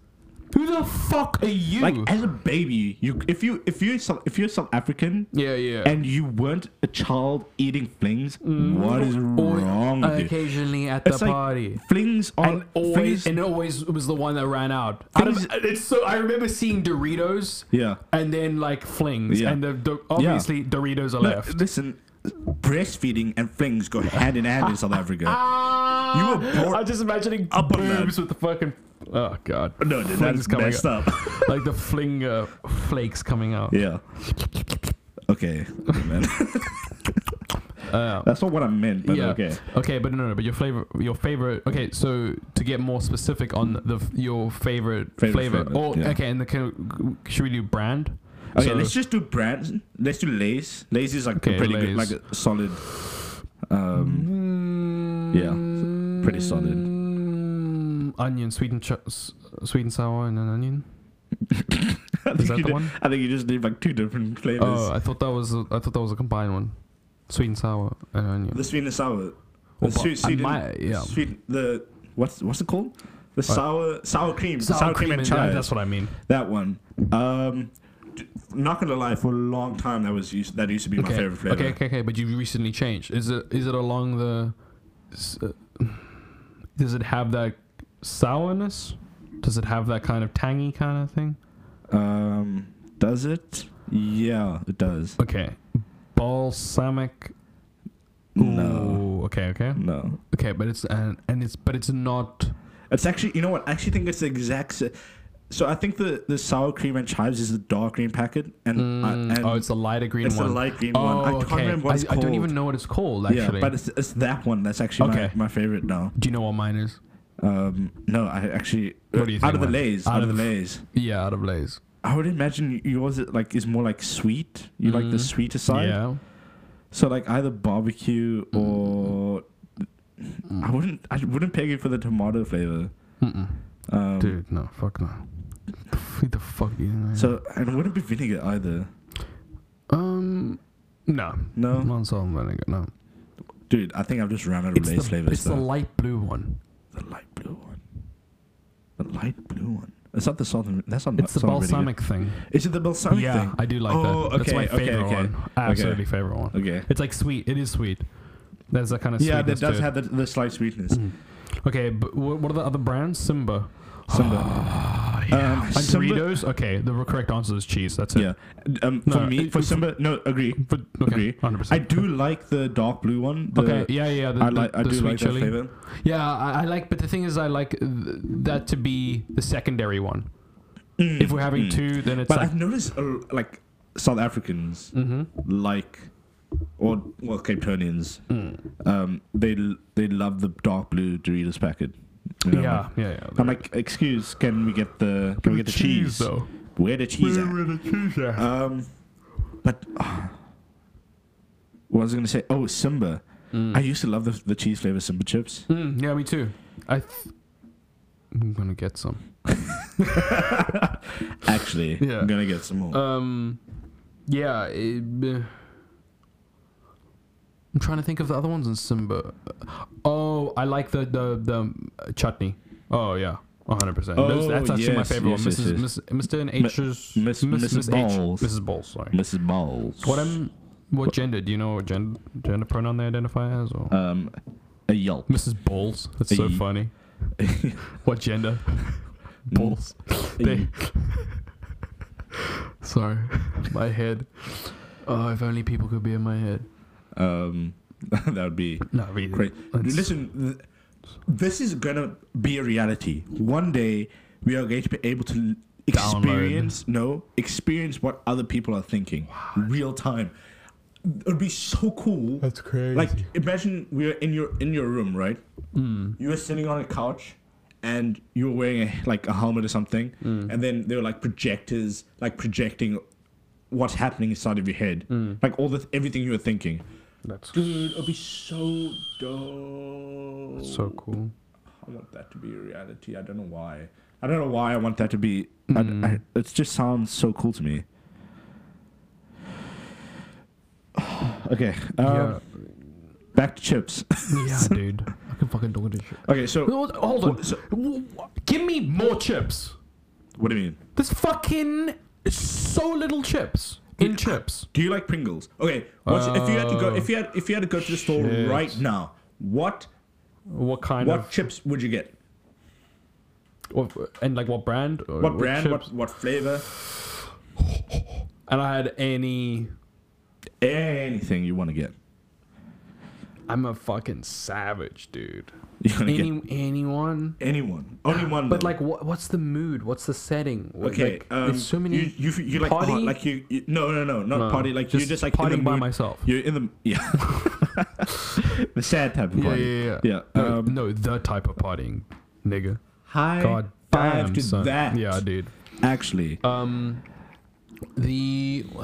Who the fuck are you? Like as a baby, you if you if you if you're South African, yeah, yeah. Mm. and you weren't a child eating flings, what is wrong with you? uh, occasionally at It's the like party. flings are And always, flings- and always was the one that ran out. Out of- uh, Things- it's so I remember seeing Doritos, Yeah. and then like flings, Yeah. and the, the obviously Doritos are No, left. listen, breastfeeding and flings go hand in hand in South Africa. [LAUGHS] Ah, You were born I'm just imagining up on that. boobs with the fucking. Oh god. No, dude, Flings that's messed up. up. [LAUGHS] like the flinger flakes coming out. yeah. Okay, okay, man. [LAUGHS] Uh, that's not what I meant, but yeah. okay. but no, no. But your flavor, your favorite. Okay, so to get more specific on the f- your favorite, Favorite flavor, flavor, or yeah. okay, and the can, should we do brand? Okay, So- let's just do brands. Let's do Lays. Lays is like Okay, a pretty good, Lay's. like a solid. Um, yeah, s- pretty solid. Mm, onion, sweet and ch- s- sweet and sour, and an onion. I think that you the did- one? I think you just did like two different flavors. Oh, I thought that was a, I thought that was a combined one. Sweet and sour and onion. the sweet and sour. The Well, but sweet, I sweet, and- might- yeah. sweet. The what's what's it called? The sour sour cream, sour, cream, and yeah, chives. That's what I mean. That one. Um, d- not gonna lie, for a long time that was used. That used to be my Okay. favorite flavor. okay, okay, okay. But you recently changed. Is it is it along the? s- uh, does it have that sourness? Does it have that kind of tangy kind of thing? Um, does it? Yeah, it does. Okay, balsamic. No, Ooh, okay, okay, no. okay. But it's and and it's but it's not. It's actually, you know what? I actually think it's the exact. sa- So I think the the sour cream and chives is the dark green packet, and, uh, and oh, it's a lighter green it's the one. light green oh, one. I can't okay. remember what I, it's I don't even called. know what it's called yeah, actually. but it's, it's that one that's actually Okay. my, my favorite now. Do you know what mine is? Um, no, I actually uh, What do you out think, of the man? lays, Out out, of of- the lays. Yeah, out of Lay's. I would imagine yours is, like is more like sweet. You like the sweeter side. Mm. Yeah. Mm. So like either barbecue or I wouldn't I wouldn't peg it for the tomato flavor. Mm-mm. Um, Dude, no, fuck no. Who the fuck do you know? So and it wouldn't be vinegar either. um, no, No? not salt and vinegar. No, Dude, I think I've just ran out of it's, lace the, flavors it's the though. light blue one. The, light blue one. The light blue one. It's not the salt and that's not It's the salt and vinegar. balsamic thing. Is it the balsamic yeah, thing? I do like Oh, that. That's okay, my okay, favorite okay. one. Absolutely favorite one. Okay. It's like sweet. It is sweet. There's that kind of Yeah, that sweetness to does it. have the, the slight sweetness. Okay, but wh- what are the other brands? Simba. [SIGHS] [SIGHS] Simba. Um, And Simba- Doritos. Okay, the r- correct answer is cheese. That's it. Yeah. Um, No, for me, it- for it's- Simba, no, agree. But okay, agree. hundred I percent. do like the dark blue one. The, Okay, yeah, yeah. The, I the- like. I the do sweet like chili. that flavor. Yeah, I, I like, but the thing is, I like th- that to be the secondary one. if we're having two, then it's Mm. But like I've noticed, uh, like South Africans, Mm-hmm. like, or well, Cape Townians, Mm. um, they l- they love the dark blue Doritos packet. you know? yeah, yeah, yeah. I'm like, excuse, can we get the can we get the cheese? though? Where the cheese at? Um, but uh, what was I gonna say? Oh, Simba. I used to love the, the cheese flavor Simba [LAUGHS] chips. Mm, yeah, me too. I th- I'm gonna get some. Actually, Yeah. I'm gonna get some more. Um, yeah. It, uh, I'm trying to think of the other ones in Simba. Oh, I like the the the chutney. Oh yeah. 100%. Those- Oh, that's actually my yes, favorite yes, one. yes, Mrs. yes. Miss- Mr. and H's. Miss- Mrs. Bowles. Mrs. Bowles, sorry. Mrs. Balls. What am? What, gender? Do you know what gender, gender pronoun they identify as? Or um a yelp. Mrs. Balls. That's so Ye- [LAUGHS] funny. what gender? Balls. they. [LAUGHS] Sorry, my head. Oh, if only people could be in my head. Um, [LAUGHS] that would be No, really. great. That's- Listen, th- this is gonna be a reality. One day we are going to be able to experience no experience what other people are thinking real time. It would be so cool. That's crazy. Like imagine we are in your in your room, right? Hmm. You were sitting on a couch and you were wearing a, like a helmet or something, Hmm. and then there were like projectors, like projecting what's happening inside of your head, Hmm. like all the everything you were thinking. That's Dude, it'll be so dope. so cool. I want that to be a reality. I don't know why. I don't know why I want that to be. Mm. I, I, it just sounds so cool to me. [SIGHS] okay, um, back to chips. [LAUGHS] yeah, yeah, dude. I can fucking talk to shit. okay, so Hold hold on. W- w- Give me more chips. what do you mean? There's fucking so little chips in chips. Do you like Pringles? Okay, what's, if you had to go, if you had, if you had to go to the store Shit. right now, what What kind what chips would you get? of what, and like what brand? Or What brand? chips? What what flavor? And I had any. Anything you want to get? I'm a fucking savage, dude. You want to Any get anyone? anyone? Only one. But though. like, what, what's the mood? What's the setting? What- Okay, like, um, there's so many. You, you, you like Party? hot, like you, you no no no not No, party like you're just just like in the partying by mood- myself. You're in the [LAUGHS] yeah the sad type of yeah, party. yeah, yeah. Yeah, No, um, no, the type of partying, nigga. high God five damn, to son. that. Yeah, dude. actually, Um, The [SIGHS]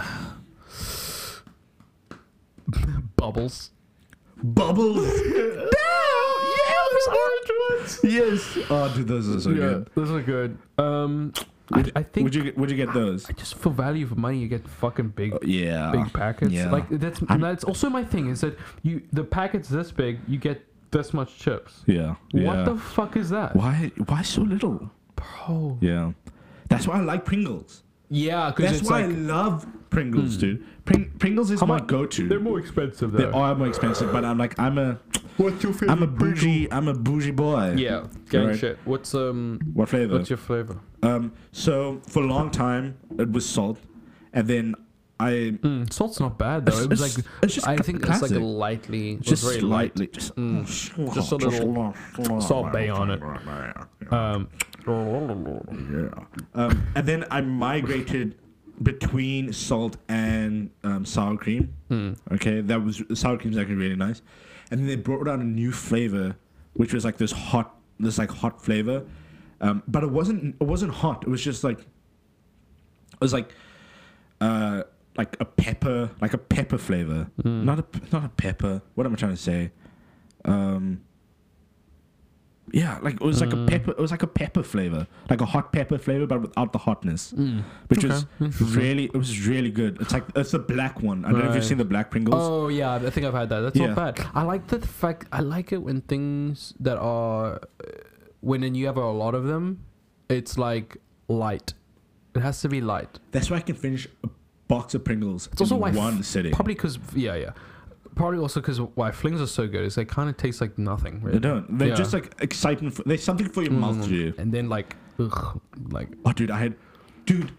bubbles. [LAUGHS] Bubbles. Yes, Oh, yes. [LAUGHS] Oh, dude, those are so Yeah, good. those are good. Um, Would, I, I think Would you get- Would you get those? just for value for money, you get fucking big, Oh, Yeah. big packets. Yeah. Like that's I'm- that's also my thing is that you the packets this big, you get this much chips. Yeah. yeah. What the fuck is that? why? Why so little? Bro. Yeah. That's why I like Pringles. Yeah, because That's it's why I like Hmm. love Pringles, dude. Pring- Pringles is my much- go-to. they're more expensive They though. are more expensive, but I'm like I'm a What's your favorite? I'm a bougie I'm a bougie boy. Yeah, gang Right. shit. What's um? What flavor? What's your flavor? um. So for a long time it was salt, and then I Mm, salt's not bad though. It's- It was it's- like it's just I cl- think it's like classic. a lightly, it was just very slightly just hmm. Just a little sorbet on it. it. light. Um, Yeah. Um, and then I migrated between salt and um, sour cream. Okay, that was sour cream's actually really nice. And then they brought out a new flavor, which was like this hot, this like hot flavor, um, but it wasn't it wasn't hot. It was just like it was like uh, like a pepper, like a pepper flavor. Hmm. Not a not a pepper. What am I trying to say? Um, yeah, like it was like Hmm. a pepper. It was like a pepper flavor, like a hot pepper flavor, but without the hotness, Hmm. which was [LAUGHS] really. It was really good. It's like it's the black one. I don't know if Right. you've seen the black Pringles. oh yeah, I think I've had that. That's Yeah. not bad. I like the fact. I like it when things that are uh, when you have a lot of them, it's like light. It has to be light. That's why I can finish a box of Pringles It's also in why f- one sitting. Probably because yeah, yeah. Probably also because why flings are so good is they kind of taste like nothing. Really. They don't. They're Yeah. Hmm. just like excitement. For, there's something for your mouth to do. and then like ugh, like. Oh, dude, I had, dude,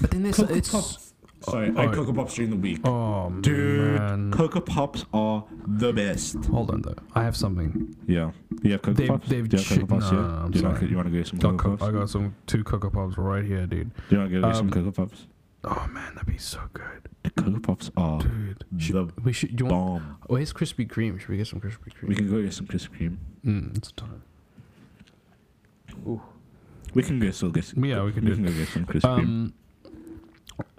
But then there's Cocoa it's Pops. Sorry, I had oh. Cocoa Pops during the week. oh Dude, man. Cocoa Pops are the best. Hold on though, I have something. Yeah. You have Cocoa They've- Pops? they've Do you have chi- Cocoa Puffs? no, yeah? no, I'm Do you want sorry. to, you want to go get some Got Cocoa co- Puffs? I got some two cocoa pops right here, dude. Do you want to go get some um, Cocoa Pops? Oh man, that'd be so good, The Cocoa Pops are dude. the We should. Do you want? bomb. Where's Krispy Kreme? Should we get some Krispy Kreme? We can go get some Krispy Kreme. mm, it's time. We can go still get some. Yeah, we can we do can it. go get some Krispy Kreme.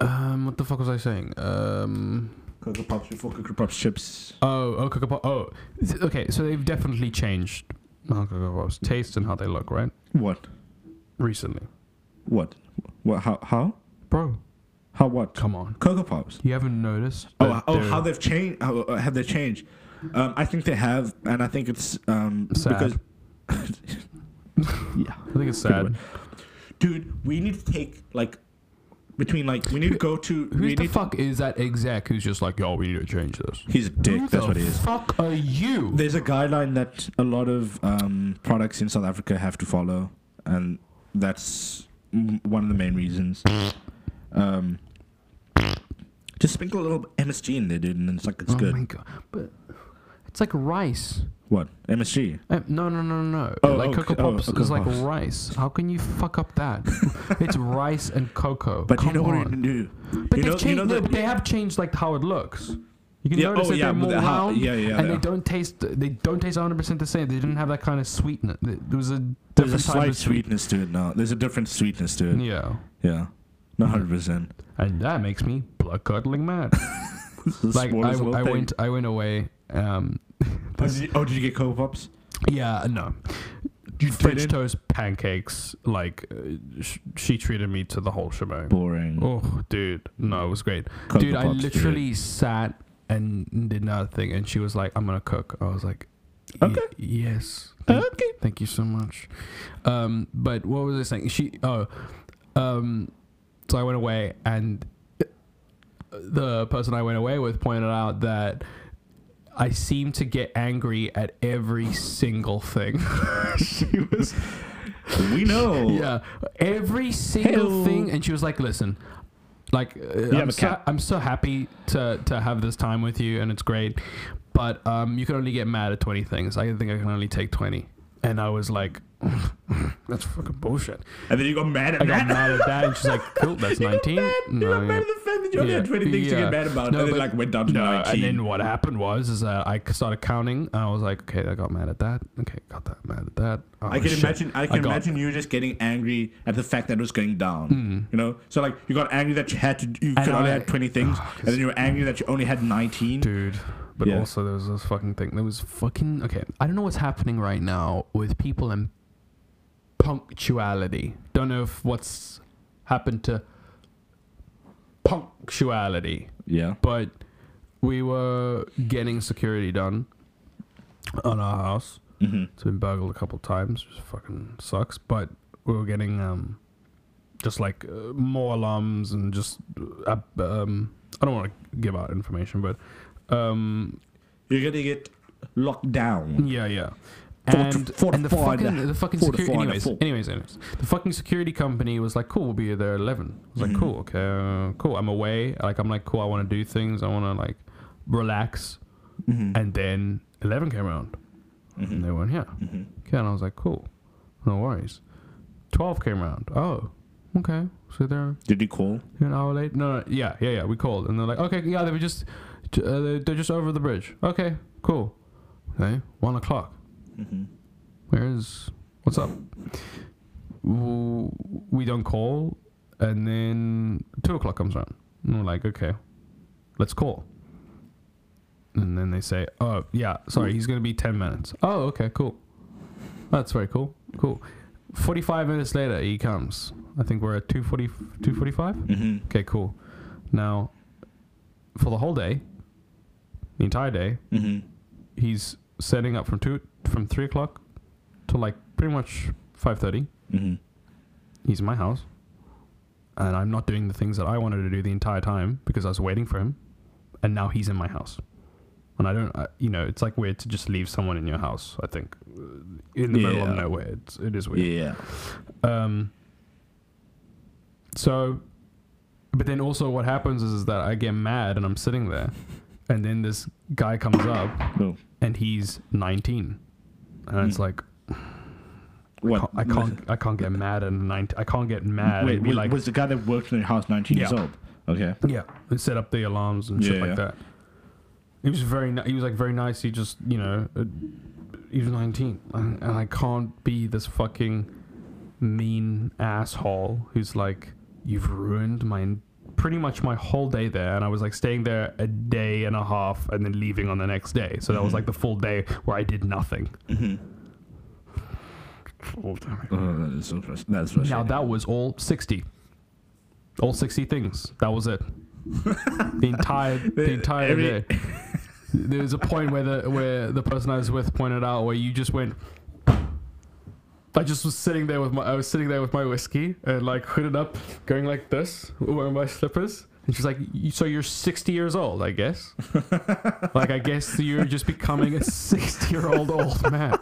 Um, um, what the fuck was I saying? Um, Cocoa Pops before Cocoa Pops chips. oh, oh, cocoa pop. Oh, Th- okay. So they've definitely changed how cocoa pops taste and how they look, right? What? Recently, What? What? How? How? bro. How? What? Come on, Cocoa Pops. you haven't noticed? Oh, that oh, they're- how they've changed? How uh, have they changed? Um, I think they have, and I think it's um, Sad. because [LAUGHS] I think it's sad. dude, we need to take like between like we need to go to Who we the need fuck is that exec who's just like, yo, we need to change this? to, he's a dick. Who that's the what he is. Fuck are you? There's a guideline that a lot of um, products in South Africa have to follow, and that's m- one of the main reasons. Um, just sprinkle a little MSG in there, dude, and it's like it's oh good. my god, but it's like rice. What MSG? Uh, no, no, no, no. Oh, like oh, cocoa c- oh, pops oh, is Cocoa like Puffs. rice. How can you fuck up that? [LAUGHS] it's rice and cocoa. But Come you know on. what we can do. But you they've know, changed. you know no, that- but they have changed like how it looks. You can Yeah, notice oh, that yeah, they're but more the how- round. yeah, yeah, And yeah. they don't taste. They don't taste 100 percent the same. They didn't have that kind of sweetness. Th- There was a There's a different type slight of sweet. Mm. sweetness to it now. There's a different sweetness to it. Yeah, Yeah. Not hundred percent. and that makes me blood [LAUGHS] curdling mad. like I, smallest little I thing. went, I went away. Um, [LAUGHS] Oh did, you, oh, did you get cocoa pops? Yeah, no. You French didn't? toast pancakes, like uh, sh- she treated me to the whole shebang. Boring. Oh, dude, no, it was great. Cocoa dude, I Pops, dude. literally sat and did nothing, and she was like, "I'm gonna cook." I was like, "Y- Okay. yes, thank, thank you so much." Um, but what was I saying? She, oh, um, so I went away, and uh, the person I went away with pointed out that I seem to get angry at every single thing. [LAUGHS] she was, We know. [LAUGHS] yeah, every single Hello. thing, and she was like, "Listen." Like uh, have I'm, a so, cat. I'm so happy to, to have this time with you and it's great, but um, you can only get mad at 20 things. I think I can only take 20, and I was like, [LAUGHS] That's fucking bullshit. And then you got mad at [LAUGHS] I that. got mad at that, and she's like, "Cool, [LAUGHS] that's You got 19." mad, you got mad at the fact that you only had 20 things to get mad about, and then but- like went down to no, 19. And then what happened was is that I started counting. And I was like, okay, I got mad at that. Okay, got that mad at that. Oh, I can shit. imagine. I can got- imagine you just getting angry at the fact that it was going down. You know, so like you got angry that you had to, you could Mm. And only I- Ah, had twenty things, and then you were angry that you only had nineteen. dude. But Yeah. also there was this fucking thing. There was fucking okay. I don't know what's happening right now with people and punctuality. Don't know if what's happened to punctuality. Yeah, but we were getting security done on our house. It's been burgled a couple times, which fucking sucks. But we were getting um, just like uh, more alarms and just uh, um, I don't want to give out information, but um, you're gonna get locked down. yeah, yeah. Fort- And, Mm. fortified- and the fucking, the fucking fortified security, anyways, fort. anyways, anyways, the fucking security company was like, cool, we'll be there at 11. I was Mm. like, cool, okay, uh, cool. I'm away. Like, I'm like, cool, I want to do things. I want to like relax. Mm-hmm. And then 11 came around and they weren't here. Mm-hmm. Okay. And I was like, cool, no worries. 12 came around. Oh, okay. So they're Did you call? an hour late? No, no, yeah, yeah, yeah. We called, and they're like, okay, yeah, they were just, uh, they- they're just over the bridge. Okay, cool. Okay, one o'clock. Where's what's up? W- We don't call, and then two o'clock comes around, and we're like, okay, let's call. And then they say, oh yeah, sorry, he's gonna be ten minutes. Oh, okay, cool. That's very cool. Cool. 45 minutes later, he comes. I think we're at 240, 245? Mm-hmm. Okay, cool. Now, for the whole day, the entire day, he's setting up from two from 3 o'clock to like pretty much 5.30. Mhm. He's in my house. And I'm not doing the things that I wanted to do the entire time because I was waiting for him. And now he's in my house. And I don't, I, you know, it's like weird to just leave someone in your house, I think. Uh, In the middle of Yeah. nowhere. It's, it is Yeah, weird. Um, so, but then also what happens is, that I get mad and I'm [LAUGHS] sitting there, and then this guy comes up no. and he's 19, and it's like Hmm. What? I can't I can't get mad at 19. I can't get mad Wait, and be was, like was the guy that worked in your house nineteen years Yeah. old? Okay. yeah, and set up the alarms and shit Yeah, like yeah. that. He was very ni- he was like very nice. He just you know uh, he was 19, and, and I can't be this fucking mean asshole who's like, you've ruined my pretty much my whole day there. And I was like staying there a day and a half and then leaving on the next day. So that was like the full day where I did nothing. Full time. Oh, that is so frust- That's frustrating. Now that was all 60. All 60 things. That was it. the entire the entire every- day. There was a point where the where the person I was with pointed out where you just went I just was sitting there with my I was sitting there with my whiskey and like hooded up, going like this, wearing my slippers. And she's like, "You- "So you're 60 years old, I guess. like I guess you're just becoming a 60 year old old man.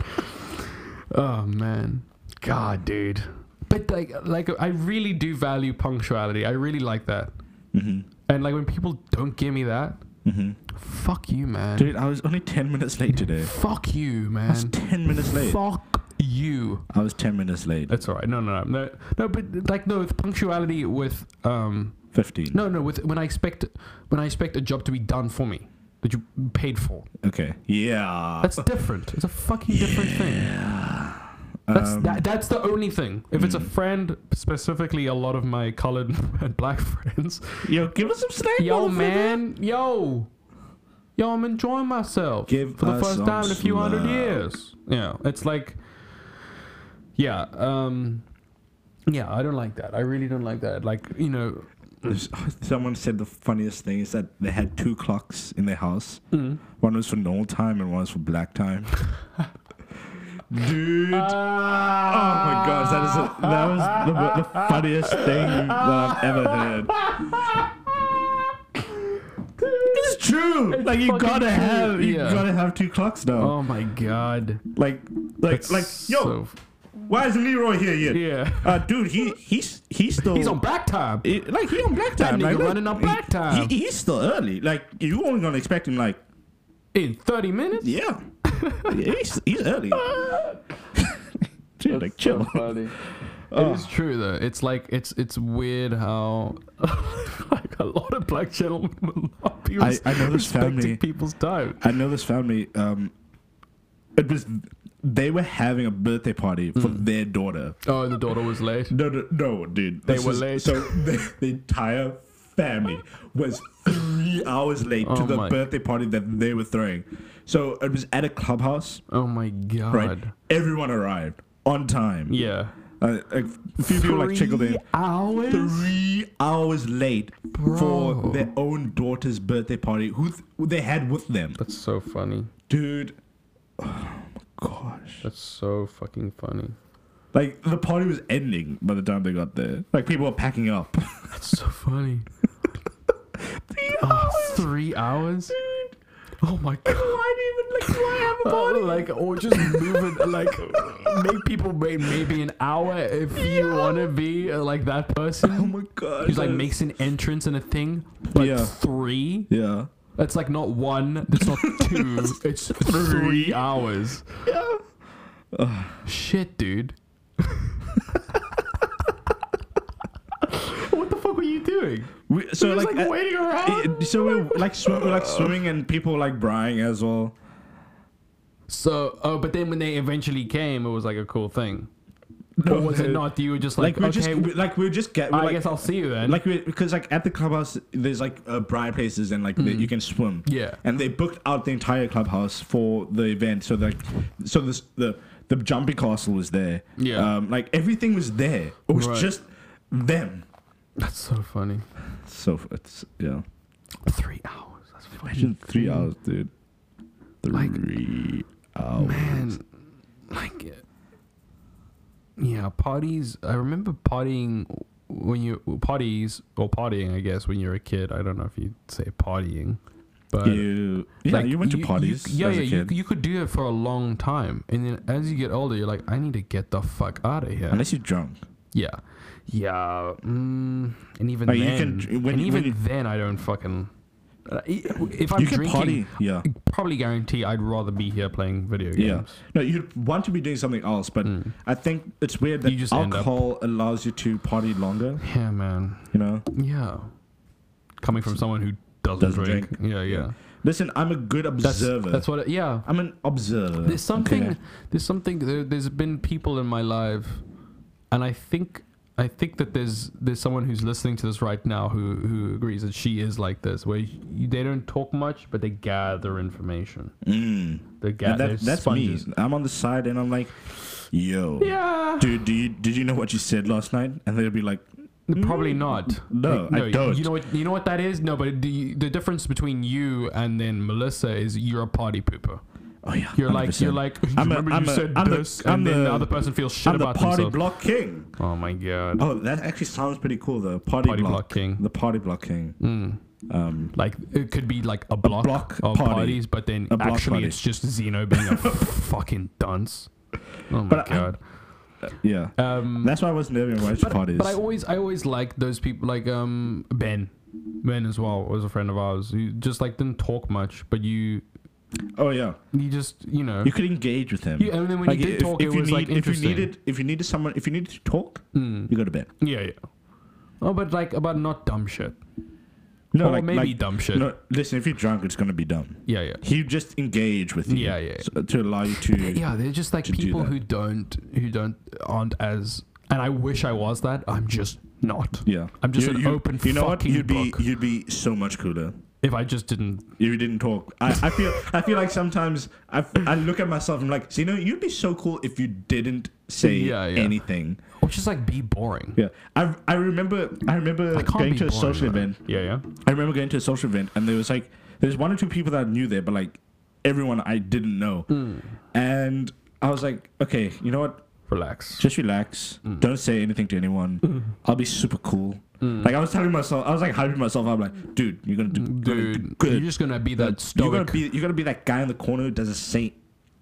Oh man, God, dude. But like, like I really do value punctuality. I really like that. Mm-hmm. And like when people don't give me that, fuck you, man. dude, I was only ten minutes late today. Fuck you, I was man. ten minutes late. Fuck you. I was ten minutes late. That's all right. No, no, no, no, no. But like, no, with punctuality with um, Fifteen. no, no, with when I expect when I expect a job to be done for me that you paid for. Okay. Yeah. That's different. It's a fucking different thing. That's Um, that, that's the only thing. If hmm. it's a friend, specifically a lot of my colored [LAUGHS] and black friends, Yo, give us some slack, yo motherfucker. man, yo, yo, I'm enjoying myself Give for the us first some time in a few hundred slack. years. Yeah, it's like, yeah, um, yeah, I don't like that. I really don't like that. Like you know, uh, Someone said the funniest thing is that they had two clocks in their house. One was for normal time and one was for black [LAUGHS] time. Dude. oh my gosh, that is a, that was the, wo- the funniest thing that I've ever heard. It's true. like you fucking gotta true, have you yeah. gotta have two clocks now. [LAUGHS] oh my god, Like like It's like yo, so- why is Leroy here yet? yeah. Uh, dude, he he's he's still [LAUGHS] He's on black time. He- like he on black That time. like, nigga look, running on black he- time. He, he's still early. Like you only gonna expect him like In 30 minutes? [LAUGHS] yeah. Yeah, he's he's early. [LAUGHS] Dude, like chill. [LAUGHS] Ah. funny. It is true though. It's like it's it's weird how [LAUGHS] like a lot of black gentlemen will not be I- I know this respecting family. people's time. I know this family. Um, it was they were having a birthday party for Hmm. their daughter. Oh, the daughter was late. No, no, no dude. They were late. So [LAUGHS] the, the entire family was three hours late to Oh the my- birthday party that they were throwing. So it was at a clubhouse, Oh my god. right? Everyone arrived on time. Yeah. Uh, a few people like trickled in. Hours? Three hours late Bro. for their own daughter's birthday party, who th- who they had with them, That's so funny. dude. [SIGHS] Oh my gosh! That's so fucking funny. Like the party was ending by the time they got there. Like people were packing up. [LAUGHS] That's so funny. Oh, three hours? Oh my god. Why do you even like? Why have [LAUGHS] Oh, like or just move it like make people wait maybe an hour if you want to be uh, like that person Oh my god! who's like makes an entrance in a thing like Yeah. three Yeah. that's like not one [LAUGHS] that's not two it's three hours [LAUGHS] shit dude what the fuck were you doing We, so You're like, just, like, uh, waiting around? it- so we were, like swim, we were, like swimming and people were, like brying as well. so oh but then when they eventually came it was like a cool thing or was it not you were just like, Like we okay just we, like we just get. we i like, guess i'll see you then Like we, because like at the clubhouse, there's like uh, bright places and like that you can swim. Mm. Yeah. And they booked out the entire clubhouse for the event, so like, so this the the jumping castle was there. Yeah. Um, like everything was there. It was Right. just them. that's so funny So it's yeah. three hours that's fucking Imagine three hours, dude. Three hours. Man, like, uh, yeah, parties. I remember partying when you parties or partying. I guess when you're a kid. I don't know if you say partying, but You yeah, like, you went to parties yeah, as yeah. a kid. You, you could do it for a long time, and then as you get older, you're like, I need to get the fuck out of here. Unless you're drunk. yeah, yeah. Mm, and even Like, you then, can- when- when and even you- then, I don't fucking. uh, i- If I'm You can drinking, party, yeah. I probably guarantee I'd rather be here playing video games. Yeah. No, you want to be doing something else, but I think it's weird that Mm. You just end up- alcohol allows you to party longer, Yeah, man. you know? Yeah. Coming from someone who doesn't, Doesn't drink. drink. Yeah, yeah. Listen, I'm a good That's observer. that's what. It, yeah. I'm an observer. There's something. okay? There's something. There, there's been people in my life, and I think I think that there's there's someone who's listening to this right now who who agrees that she is like this, where you, they don't talk much, but they gather information. They And gather. Mm. that, that's sponges. me. I'm on the side and I'm like, yo. Yeah. Dude, do you, did you know what you said last night? And they'll be like, Probably not. Mm. No, I don't. You know what? You know what that is? No, but the, the difference between you and then Melissa is you're a party pooper. oh yeah. You're like you're 100%. like. [LAUGHS] I'm a- remember I'm you a- said I'm the- this, I'm and then the, the- other person feels shit I'm the about party themselves. block king. oh my god! Oh, that actually sounds pretty cool though. Party, Party Mm. block. block king. The party block king. Like it could be like a block, block of party. parties, but then A block actually party. it's just Zeno being a [LAUGHS] fucking dunce. Oh my But I- god! Yeah. um, That's why I was never invited to but, parties. but I always I always like those people like um Ben. Ben as well was a friend of ours. who just like didn't talk much, but you oh yeah. you just you know You could engage with him. Yeah, and then when he did talk, it was, like, interesting. Mm. If you needed, if you needed someone, if you needed to talk, you go to bed. yeah yeah. Oh, but like about not dumb shit. No, Or maybe dumb shit. No, listen, if you're drunk, it's gonna be dumb. Yeah yeah. He just engage with you. Yeah, yeah. so- to allow you to. yeah they're just like to do people that. who don't who don't aren't as and i wish i was that i'm just not Yeah. i'm just You- an you- open You know what? fucking You'd be book you'd be so much cooler if i just didn't if you didn't talk. I, I feel I feel like sometimes I, f- I look at myself and I'm like, you know, you'd be so cool if you didn't say Yeah, yeah. anything. or just like be boring Yeah. I I remember I remember I can't going be to a boring, social man. event yeah yeah I remember going to a social event and there was like there's one or two people that I knew there, but like everyone I didn't know. Hmm. And I was like, okay, you know what? relax Just relax. Hmm. Don't say anything to anyone. I'll be super cool. Hmm. Like I was telling myself, I was like hyping myself. up, like, dude, you're gonna do, gonna do dude good. you're just gonna be that You're gonna stoic be you're gonna be that guy in the corner who doesn't say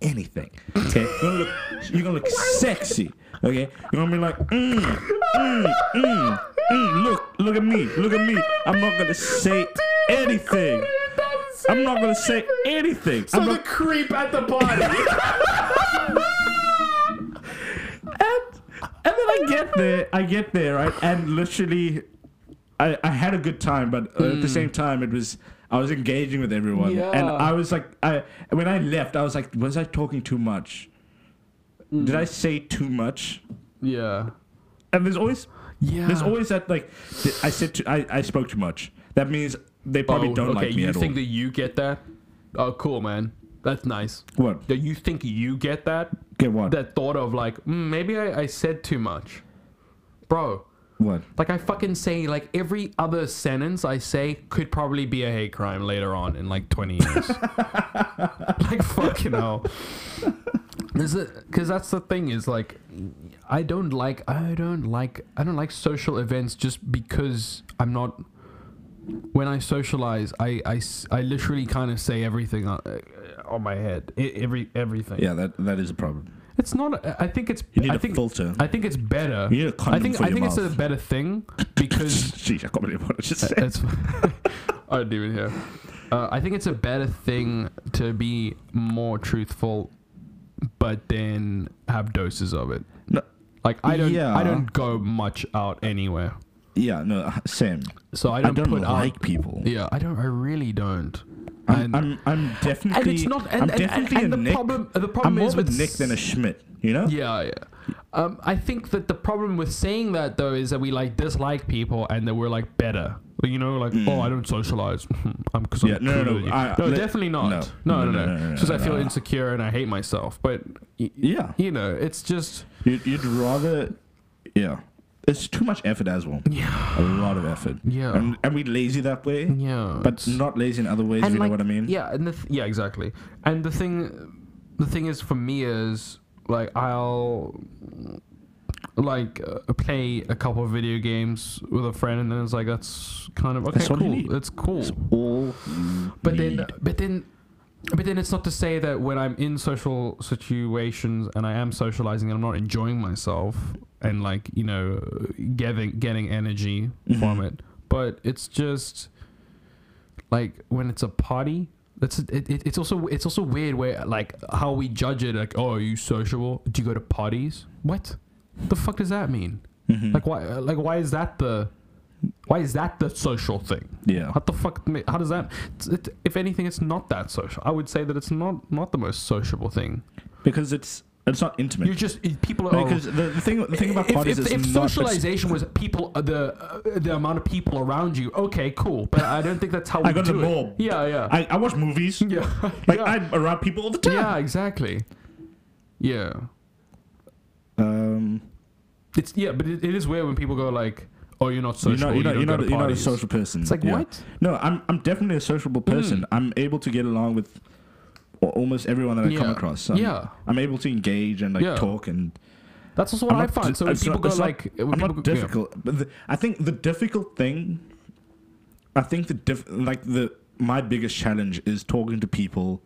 anything. Okay, you're gonna look, you're gonna look sexy. Okay, you're gonna be like, mm, mm, mm, mm, look, look at me, look at me. I'm not gonna say anything. I'm not gonna say [LAUGHS] anything. I'm not, creep at the party And then I get there, I get there, right? And literally, I, I had a good time, but uh, Hmm. at the same time, it was I was engaging with everyone, and Yeah. I was like, I when I left, I was like, was I talking too much? Hmm. Did I say too much? Yeah. And there's always Yeah. there's always that like th- I said to, I I spoke too much. That means they probably Oh, don't okay, like me you at all. think that you get that? Oh, cool, man. That's nice. what? That you think you get that? Get what? That thought of like, mm, maybe I, I said too much. Bro, what? like I fucking say, like every other sentence I say could probably be a hate crime later on in like 20 [LAUGHS] years. like fucking hell. Because that's the thing is like, I don't like, I don't like, I don't like social events just because I'm not. When I socialize, I, I s- I literally kind of say everything on, on my head, E- every everything. Yeah, that that is a problem. [LAUGHS] It's not. uh, I think it's. You need I a think, filter. I think it's better. You need a condom I think. for I your think mouth. it's a better thing because Jeez, I can't believe what I just said. [LAUGHS] it's. [LAUGHS] I didn't even hear. Uh, I think it's a better thing to be more truthful, but then have doses of it. No, Like I don't. Yeah. I don't go much out anywhere, yeah, no, uh, same. so I I don't, don't put like out. people. Yeah, I don't. I really don't. I'm, And, I'm, I'm definitely, and it's not. I'm And, and- and- definitely and a the Nick. problem. The problem I'm more is of a with Nick than a Schmidt, you know? Yeah, yeah. Um, I think that the problem with saying that though is that we like dislike people and that we're like better. Like, You know, like oh, I don't socialize. [LAUGHS] I'm because Mm. Yeah, I'm no, no, cooler no, than you. I- no, let- definitely not. No, no, no. Because no, I no, feel no. insecure and I hate myself. But y- Yeah. you know, it's just You'd, you'd rather, yeah. It's too much effort as well. yeah, A lot of effort. Yeah. And, and we lazy that way, yeah. but not lazy in other ways, if you know what I mean? Yeah, and the th- yeah, exactly. And the thing, the thing is for me is like I'll like uh, play a couple of video games with a friend, and then it's like that's kind of okay, That's all you cool. need. That's cool. All you But then, need. but then, but then it's not to say that when I'm in social situations and I am socializing and I'm not enjoying myself and like you know getting getting energy Mm-hmm. from it. But it's just like when it's a party. That's it, it, it's also it's also weird where like how we judge it like oh are you sociable do you go to parties what the fuck does that mean Mm-hmm. like why like why is that the why is that the social thing Yeah. what the fuck? ma- How does that? it's- It, if anything, it's not that social. I would say that it's not not the most sociable thing. Because it's, it's not intimate. You just i- people are. because the, the thing the thing about if, parties if, is if not just- socialization was people uh, the uh, the amount of people around you, okay, cool. But I don't think that's how we I got the do it. ball. Yeah, yeah, I, I watch movies. [LAUGHS] yeah, Like yeah. I'm around people all the time. yeah, exactly. Yeah, Um, it's yeah, but it, it is weird when people go like, "Oh, you're not you're social. not, you you're not, don't you're go not, to you're not a parties." social person. It's like, Yeah. what? Hmm. No, I'm I'm definitely a sociable person. I'm able to get along with a- almost everyone that I come Yeah. across. I'm, Yeah. I'm able to engage and like Yeah. talk and. That's also what I'm I not find. di- So when it's people not- go it's not- like, when I'm people not go- yeah. difficult, but the, I think the difficult thing. I think the diff like the my biggest challenge is talking to people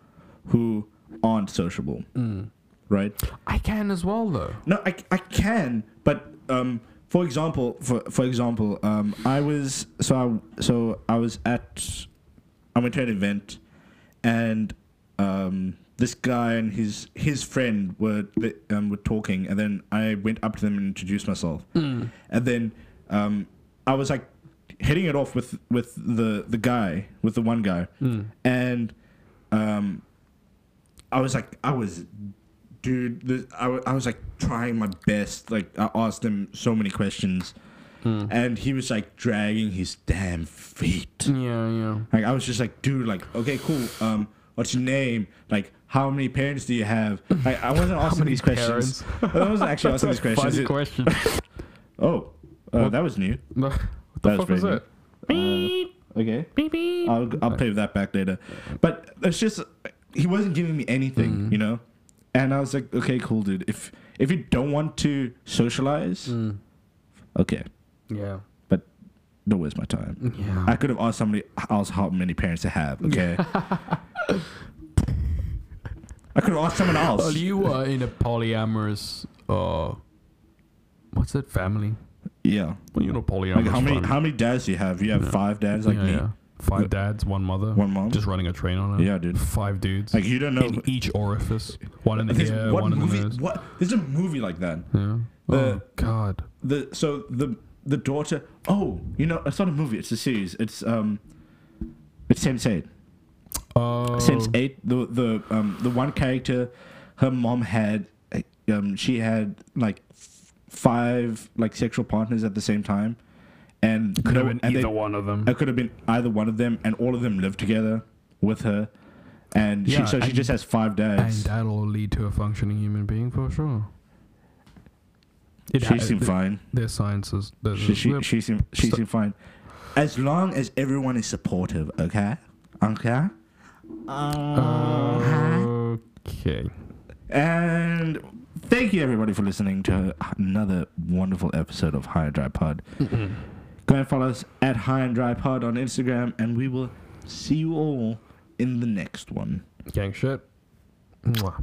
who aren't sociable, Hmm. right? I can as well though. No, I, I can, but um, for example, for for example, um, I was so I so I was at, I went to an event, and um, this guy and his his friend were um, were talking, and then I went up to them and introduced myself, and then um, I was like hitting it off with with the the guy with the one guy, and um, I was like, I was, dude, this, I, wa- I was like trying my best. Like, I asked him so many questions, and he was like dragging his damn feet. Yeah, yeah. Like, I was just like, dude, like, okay, cool. Um, what's your name? Like, how many parents do you have? Like, I [LAUGHS] wasn't asking many these questions. I wasn't [LAUGHS] actually asking these questions. Funny It- [LAUGHS] question. [LAUGHS] oh, uh, that was new. what the That was fuck was very it? Beep, Okay. beep, beep. I'll, I'll play that back later. But it's just he wasn't giving me Mm-hmm. anything, you know. And I was like, okay, cool, dude. If if you don't want to socialize, Mm. okay, yeah. but don't waste my time. Yeah. I could have asked somebody else how many parents I have. [LAUGHS] Okay. I could have asked someone Well, else. Oh, you are in a polyamorous, uh, what's that family? yeah. Well, you're not polyamorous. Like how many family. how many dads do you have? You have five dads like yeah, me. yeah. Five dads, one mother. One mom. Just running a train on it. Yeah, dude. Five dudes. Like, you don't know- In each orifice. One in the There's ear, what one in the movie? nose. what? There's a movie like that. Yeah. The- oh, God. The so the the daughter. Oh, you know, it's not a movie. It's a series. It's um, it's Sense Eight. Oh. Sense Eight. The the um the one character, her mom had uh, um she had like f- five like sexual partners at the same time, and could have no- been and either they- one of them. It could have been either one of them, and all of them lived together with her, and Yeah, she, so she and- just has five And dads. that'll lead to a functioning human being for sure. It She ha- seemed th- fine. Their sciences. There's She she yep. she seemed she Sto- seemed fine. As long as everyone is supportive, okay, okay, okay. and. Thank you everybody for listening to another wonderful episode of High and Dry Pod. Go and follow us at High and Dry Pod on Instagram, and we will see you all in the next one. Gang shit. Mwah.